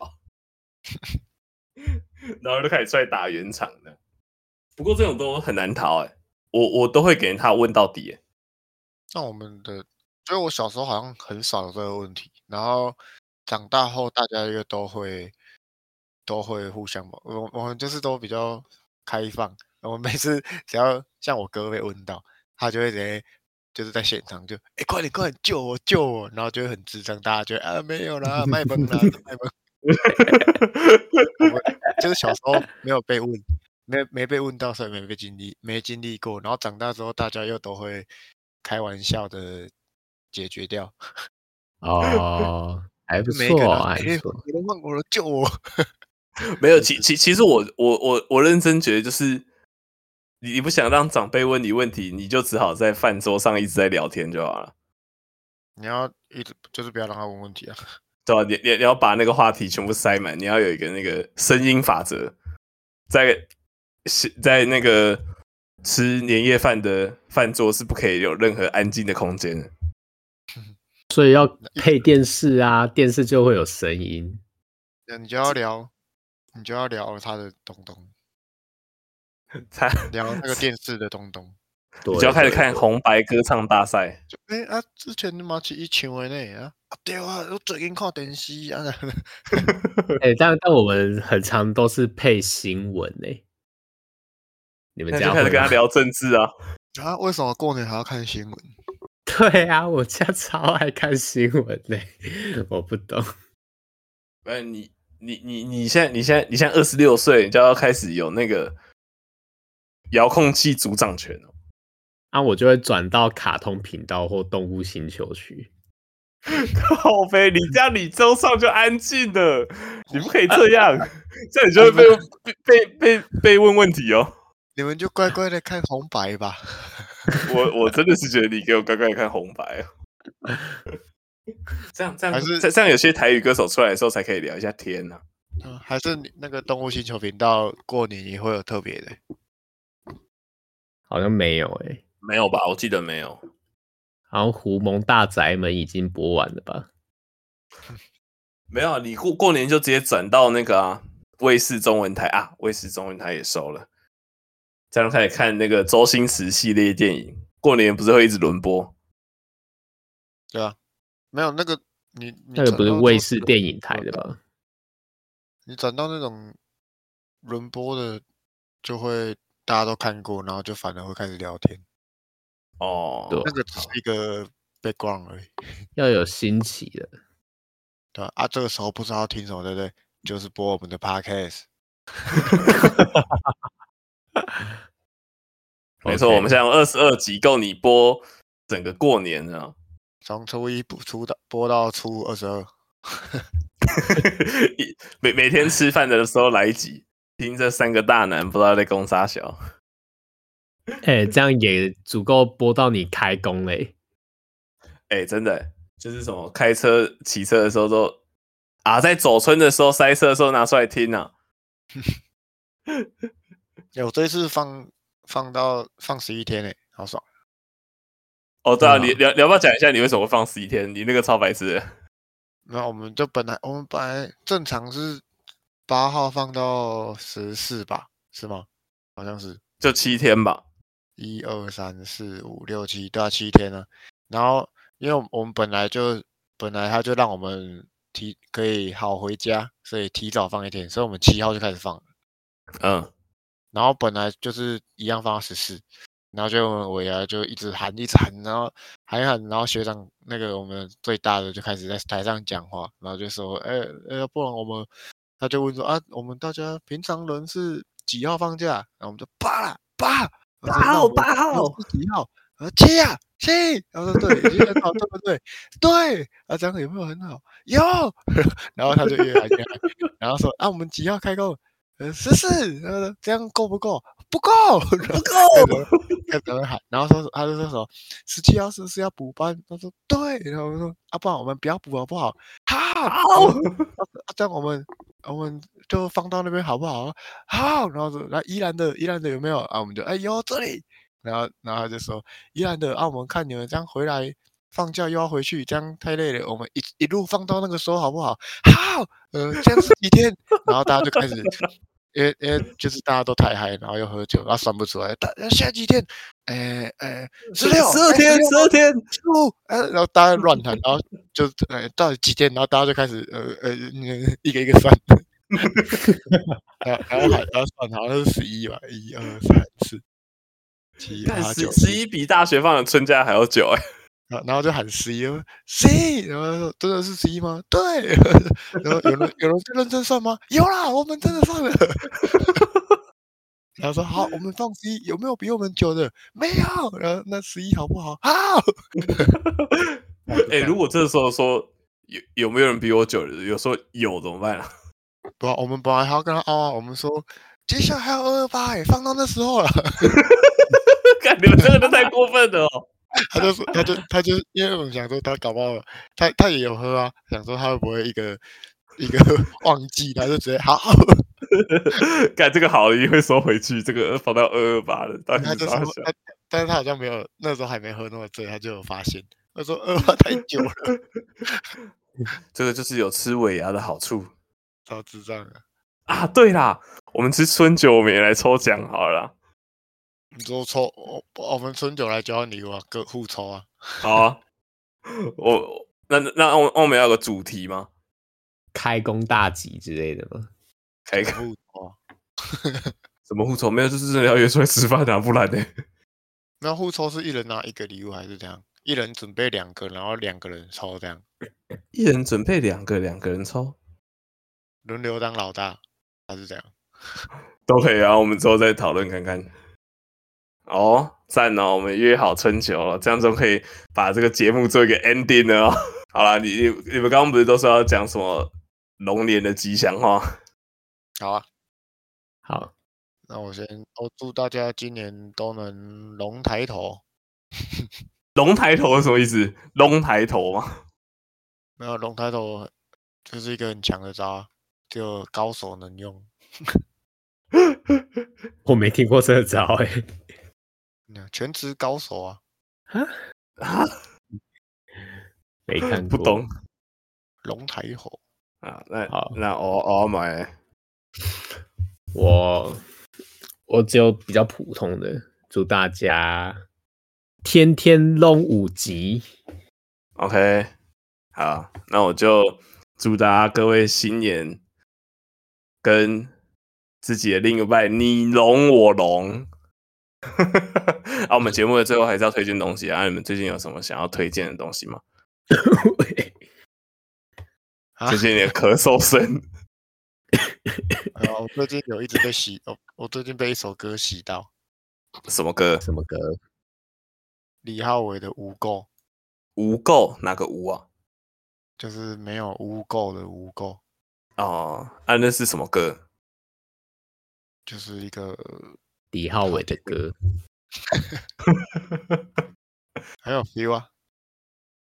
[SPEAKER 1] 然后就开始出来打圆场的。不过这种都很难逃哎，我我都会给他问到底哎。
[SPEAKER 2] 那我们的，所以我小时候好像很少有这个问题，然后长大后大家又都会都会互相包，我我们就是都比较开放，我们每次只要像我哥被问到，他就会直接就是在现场就，哎、快点快点救我救我，然后就会很智障，大家就啊没有啦，卖萌啦，卖萌， 我们就是小时候没有被问。没没被问到，所以没被经历，没经历过。然后长大之后，大家又都会开玩笑的解决掉。
[SPEAKER 5] 哦，还不
[SPEAKER 2] 每一个人
[SPEAKER 5] 错，啊
[SPEAKER 2] 都
[SPEAKER 5] 还
[SPEAKER 2] 哎
[SPEAKER 5] 不错。
[SPEAKER 2] 你们问我了，救我！
[SPEAKER 1] 没有，其其其实我我我我认真觉得就是，你你不想让长辈问你问题，你就只好在饭桌上一直在聊天就好了，
[SPEAKER 2] 你要一直就是不要让他问问题啊。
[SPEAKER 1] 对吧、你你你要把那个话题全部塞满，你要有一个那个声音法则，在是在那个吃年夜饭的饭桌是不可以有任何安静的空间的。
[SPEAKER 5] 所以要配电视啊，电视就会有声音。
[SPEAKER 2] 那你就要聊，你就要聊他的东东，
[SPEAKER 1] 他
[SPEAKER 2] 聊那个电视的东东。
[SPEAKER 5] 对
[SPEAKER 1] 你就要开始
[SPEAKER 5] 对
[SPEAKER 1] 看红白歌唱大赛，
[SPEAKER 2] 就哎、啊，之前你妈去一球的呢啊，啊对啊，我最近看电视啊。
[SPEAKER 5] 哎、但但我们很常都是配新闻诶、你们
[SPEAKER 1] 那
[SPEAKER 5] 家
[SPEAKER 1] 就开始
[SPEAKER 5] 会
[SPEAKER 1] 跟他
[SPEAKER 5] 吗？
[SPEAKER 1] 聊政治啊。
[SPEAKER 2] 啊，为什么过年还要看新闻？
[SPEAKER 5] 对啊，我家超爱看新闻嘞、我不懂。
[SPEAKER 1] 呃，你你你你现在你现在你现在二十六岁，你就要开始有那个遥控器主掌权了。
[SPEAKER 5] 啊，我就会转到卡通频道或动物星球去。
[SPEAKER 1] 靠呗，你这样你周上就安静了，你不可以这 样，这样你就会被被被被被问问题哦。
[SPEAKER 2] 你们就乖乖的看红白吧。
[SPEAKER 1] 我我真的是觉得你给我乖乖看红白哦。这样这样
[SPEAKER 2] 还是
[SPEAKER 1] 这这样有些台语歌手出来的时候才可以聊一下天呐、啊
[SPEAKER 2] 嗯还是你那个动物星球频道过年也会有特别的，
[SPEAKER 5] 好像没有诶、
[SPEAKER 1] 没有吧？我记得没有。
[SPEAKER 5] 好像《狐蒙大宅门》已经播完了吧？
[SPEAKER 1] 没有啊，你过过年就直接转到那个啊，卫视中文台啊，卫视中文台也收了，这样开始看那个周星驰系列电影。过年不是会一直轮播？
[SPEAKER 2] 对啊，没有那个你你
[SPEAKER 5] 那个
[SPEAKER 2] 转
[SPEAKER 5] 不是
[SPEAKER 2] 到
[SPEAKER 5] 卫
[SPEAKER 2] 中
[SPEAKER 5] 视
[SPEAKER 2] 国
[SPEAKER 5] 电影台的吧？
[SPEAKER 2] 你转到那种轮播的，就会大家都看过，然后就反而会开始聊天。
[SPEAKER 1] 哦，
[SPEAKER 5] 对啊
[SPEAKER 2] 那个只是一个 background 而已，
[SPEAKER 5] 要有新奇的，
[SPEAKER 2] 对啊啊，这个时候不知道听什么，对不对？就是播我们的 podcast。
[SPEAKER 1] 没错
[SPEAKER 5] OK
[SPEAKER 1] 我们现在有二十二集够你播整个过年了。
[SPEAKER 2] 从初一播出到播到初二十二，
[SPEAKER 1] 一每每天吃饭的时候来一集，听这三个大男不知道在攻啥小。
[SPEAKER 5] 哎、这样也足够播到你开工嘞、
[SPEAKER 1] 哎、真的就是什么开车、骑车的时候都啊，在走村的时候塞车的时候拿出来听啊。
[SPEAKER 2] 哎我这一次放放到放十一天诶、好爽！
[SPEAKER 1] 哦，对啊，
[SPEAKER 5] 对啊
[SPEAKER 1] 你聊聊不要讲一下你为什么会放十一天？你那个超白痴的，
[SPEAKER 2] 那我们就本来我们本来正常是八号放到十四吧，是吗？好像是。
[SPEAKER 1] 就七天吧。
[SPEAKER 2] 一二三四五六七，对啊，七天呢、然后因为我们我们本来就本来他就让我们提可以好回家，所以提早放一天，所以我们七号就开始放了。
[SPEAKER 1] 嗯，
[SPEAKER 2] 然后本来就是一样放到十四，然后就尾牙就一直喊一直喊，然后喊一喊，然后学长那个我们最大的就开始在台上讲话，然后就说，哎、哎，要不然我们，他就问说啊，我们大家平常人是几号放假？啊然后我们就八啦八
[SPEAKER 1] 八号八号
[SPEAKER 2] 是几号？然后七啊七，然后说对，已经很好，对不对？对，啊，这样有没有很好？有， 然后他就越来越嗨，然后说啊，我们几号开工？呃，十四，然后呢这样够不够？不够，不够，开始会喊，然后说他就说什么十七号是不是要补班？他说对，然后我说啊，不然我们不要补好不好？好，啊这样我们我们就放到那边好不好？好，然后说来宜兰的宜兰的有没有啊？我们就哎有这里，然后然后他就说宜兰的啊，我们看你们这样回来。放假又要回去，这样太累了。我们一一路放到那个时候好不好？好，呃，这样是几天？然后大家就开始，因为因为就是大家都太嗨，然后又喝酒，然后算不出来。大家下几天，哎哎，十六，
[SPEAKER 1] 十二
[SPEAKER 2] 哎
[SPEAKER 1] 天，十二天，
[SPEAKER 2] 十五，哎，然后大家 乱喊，然后就呃到底几天，然后大家就开始呃呃嗯一个一个算， 然后然后喊，然后算，好像是十一吧，一二三四。七
[SPEAKER 1] 看
[SPEAKER 2] 八
[SPEAKER 1] 十
[SPEAKER 2] 九
[SPEAKER 1] 十一比大学放的春假还要久哎、
[SPEAKER 2] 然后然后就喊十一，十一，然后他说真的是十一吗？对， 然后有人有人认真算吗？有啦，我们真的算了。 然后说好，我们放十一，有没有比我们久的？没有。然后那十一好不好？好。
[SPEAKER 1] 哎、如果这时候说有有没有人比我久的？有时候有怎么办啊？
[SPEAKER 2] 不，我们本来还要跟他凹啊，我们说接下来还有二二八，哎，放到那时候了。
[SPEAKER 1] 看你们这个都太过分了 哦。
[SPEAKER 2] 他就说，他就他就因为我们想说他搞不好他他也有喝啊，想说他会不会一个一个 忘记，他就直接好。
[SPEAKER 1] 干这个好了，一定会收回去。这个放到二二八了，到底
[SPEAKER 2] 他
[SPEAKER 1] 是
[SPEAKER 2] 就
[SPEAKER 1] 啥
[SPEAKER 2] 说
[SPEAKER 1] 小？
[SPEAKER 2] 他，但是他好像没有，那时候还没喝那么醉，他就有发现。他说：“呃，我太久了，
[SPEAKER 1] 这个就是有吃尾牙的好处
[SPEAKER 2] 超智障了。
[SPEAKER 1] 啊！对啦，我们吃春酒，我们也来抽奖好了啦。”
[SPEAKER 2] 你说抽我我们春酒来交换礼物啊，各互抽啊。
[SPEAKER 1] 好啊， 我那那我我们要有个主题吗？
[SPEAKER 5] 开工大吉之类的吗？
[SPEAKER 1] 开个
[SPEAKER 2] 互抽啊，
[SPEAKER 1] 什么互酬？没有，就是真的要约出来吃饭啊，不然呢？
[SPEAKER 2] 那互抽是一人拿一个礼物还是怎样？一人准备两个，然后两个人抽这样，
[SPEAKER 1] 一人准备两个，两个人抽
[SPEAKER 2] 轮流当老大还是怎样？
[SPEAKER 1] 都可以啊。我们之后再讨论看看。哦，赞哦！我们约好春酒了，这样就可以把这个节目做一个 ending 了、哦。 好啦，你你你们刚刚不是都说要讲什么龙年的吉祥话？
[SPEAKER 2] 好啊，
[SPEAKER 5] 好，
[SPEAKER 2] 那我先，我祝大家今年都能龙抬头。
[SPEAKER 1] 龙抬头是什么意思？龙抬头吗？
[SPEAKER 2] 没有龙抬头就是一个很强的招啊，只有高手能用。
[SPEAKER 5] 我没听过这招哎、
[SPEAKER 2] 嗯全职高手啊，
[SPEAKER 1] 啊，
[SPEAKER 5] 没看
[SPEAKER 1] 不
[SPEAKER 5] 过，
[SPEAKER 1] 懂
[SPEAKER 2] 龙抬吼，
[SPEAKER 1] 啊。那
[SPEAKER 5] 好
[SPEAKER 1] 那哦我我买
[SPEAKER 5] 我我只有比较普通的，祝大家天天弄五级，
[SPEAKER 1] OK，好，那我就祝大家各位新年跟自己的另一半你龙我龙。啊，我们节目的最后还是要推荐东西啊！你们最近有什么想要推荐的东西吗？
[SPEAKER 2] 啊
[SPEAKER 1] 推荐你的咳嗽声。
[SPEAKER 2] 呃，我最近有一直被洗，我我最近被一首歌洗到，
[SPEAKER 1] 什么歌？
[SPEAKER 5] 什么歌？
[SPEAKER 2] 李浩伟的《污垢》，
[SPEAKER 1] 无垢？哪个无啊？
[SPEAKER 2] 就是没有污垢的污垢，
[SPEAKER 1] 哦，啊，那是什么歌？
[SPEAKER 2] 就是一个
[SPEAKER 5] 李浩伟的歌，
[SPEAKER 2] 很有 feel 啊。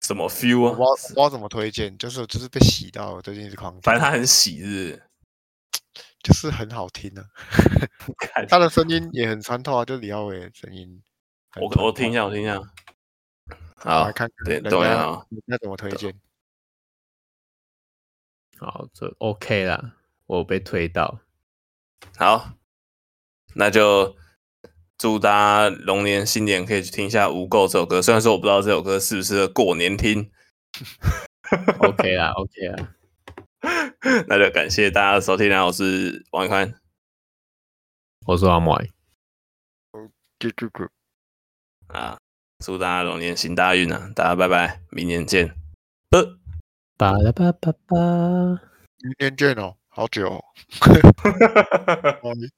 [SPEAKER 1] 什么 feel
[SPEAKER 2] 我不知道我
[SPEAKER 1] 啊？
[SPEAKER 2] 不知道怎么推荐，就是就是被洗到，我最近一直狂听，
[SPEAKER 1] 反正他很喜 日，
[SPEAKER 2] 就是很好听啊。
[SPEAKER 1] 看
[SPEAKER 2] 他的声音也很穿透啊，就是李浩伟的声音很
[SPEAKER 1] 我
[SPEAKER 2] 穿透。
[SPEAKER 1] 我听一下，我听一下。
[SPEAKER 2] 我
[SPEAKER 1] 好
[SPEAKER 2] 来，看看
[SPEAKER 1] 对
[SPEAKER 2] 人家
[SPEAKER 1] 等一下啊
[SPEAKER 2] 人家怎么推荐。
[SPEAKER 5] 好，这 OK 啦，我被推到，
[SPEAKER 1] 好，那就祝大家龙年新年可以去听一下《无垢》这首歌。虽然说我不知道这首歌适不适合过年听，
[SPEAKER 5] OK 啦，OK 啦，
[SPEAKER 1] 那就感谢大家的收听啦。我是王一宽，
[SPEAKER 5] 我说阿莫，
[SPEAKER 2] 咕咕咕。
[SPEAKER 1] 啊，祝大家龙年行大运啊！大家拜拜，明年见。不。
[SPEAKER 5] 巴拉巴巴巴。
[SPEAKER 2] 明天见哦，好久、哦。拜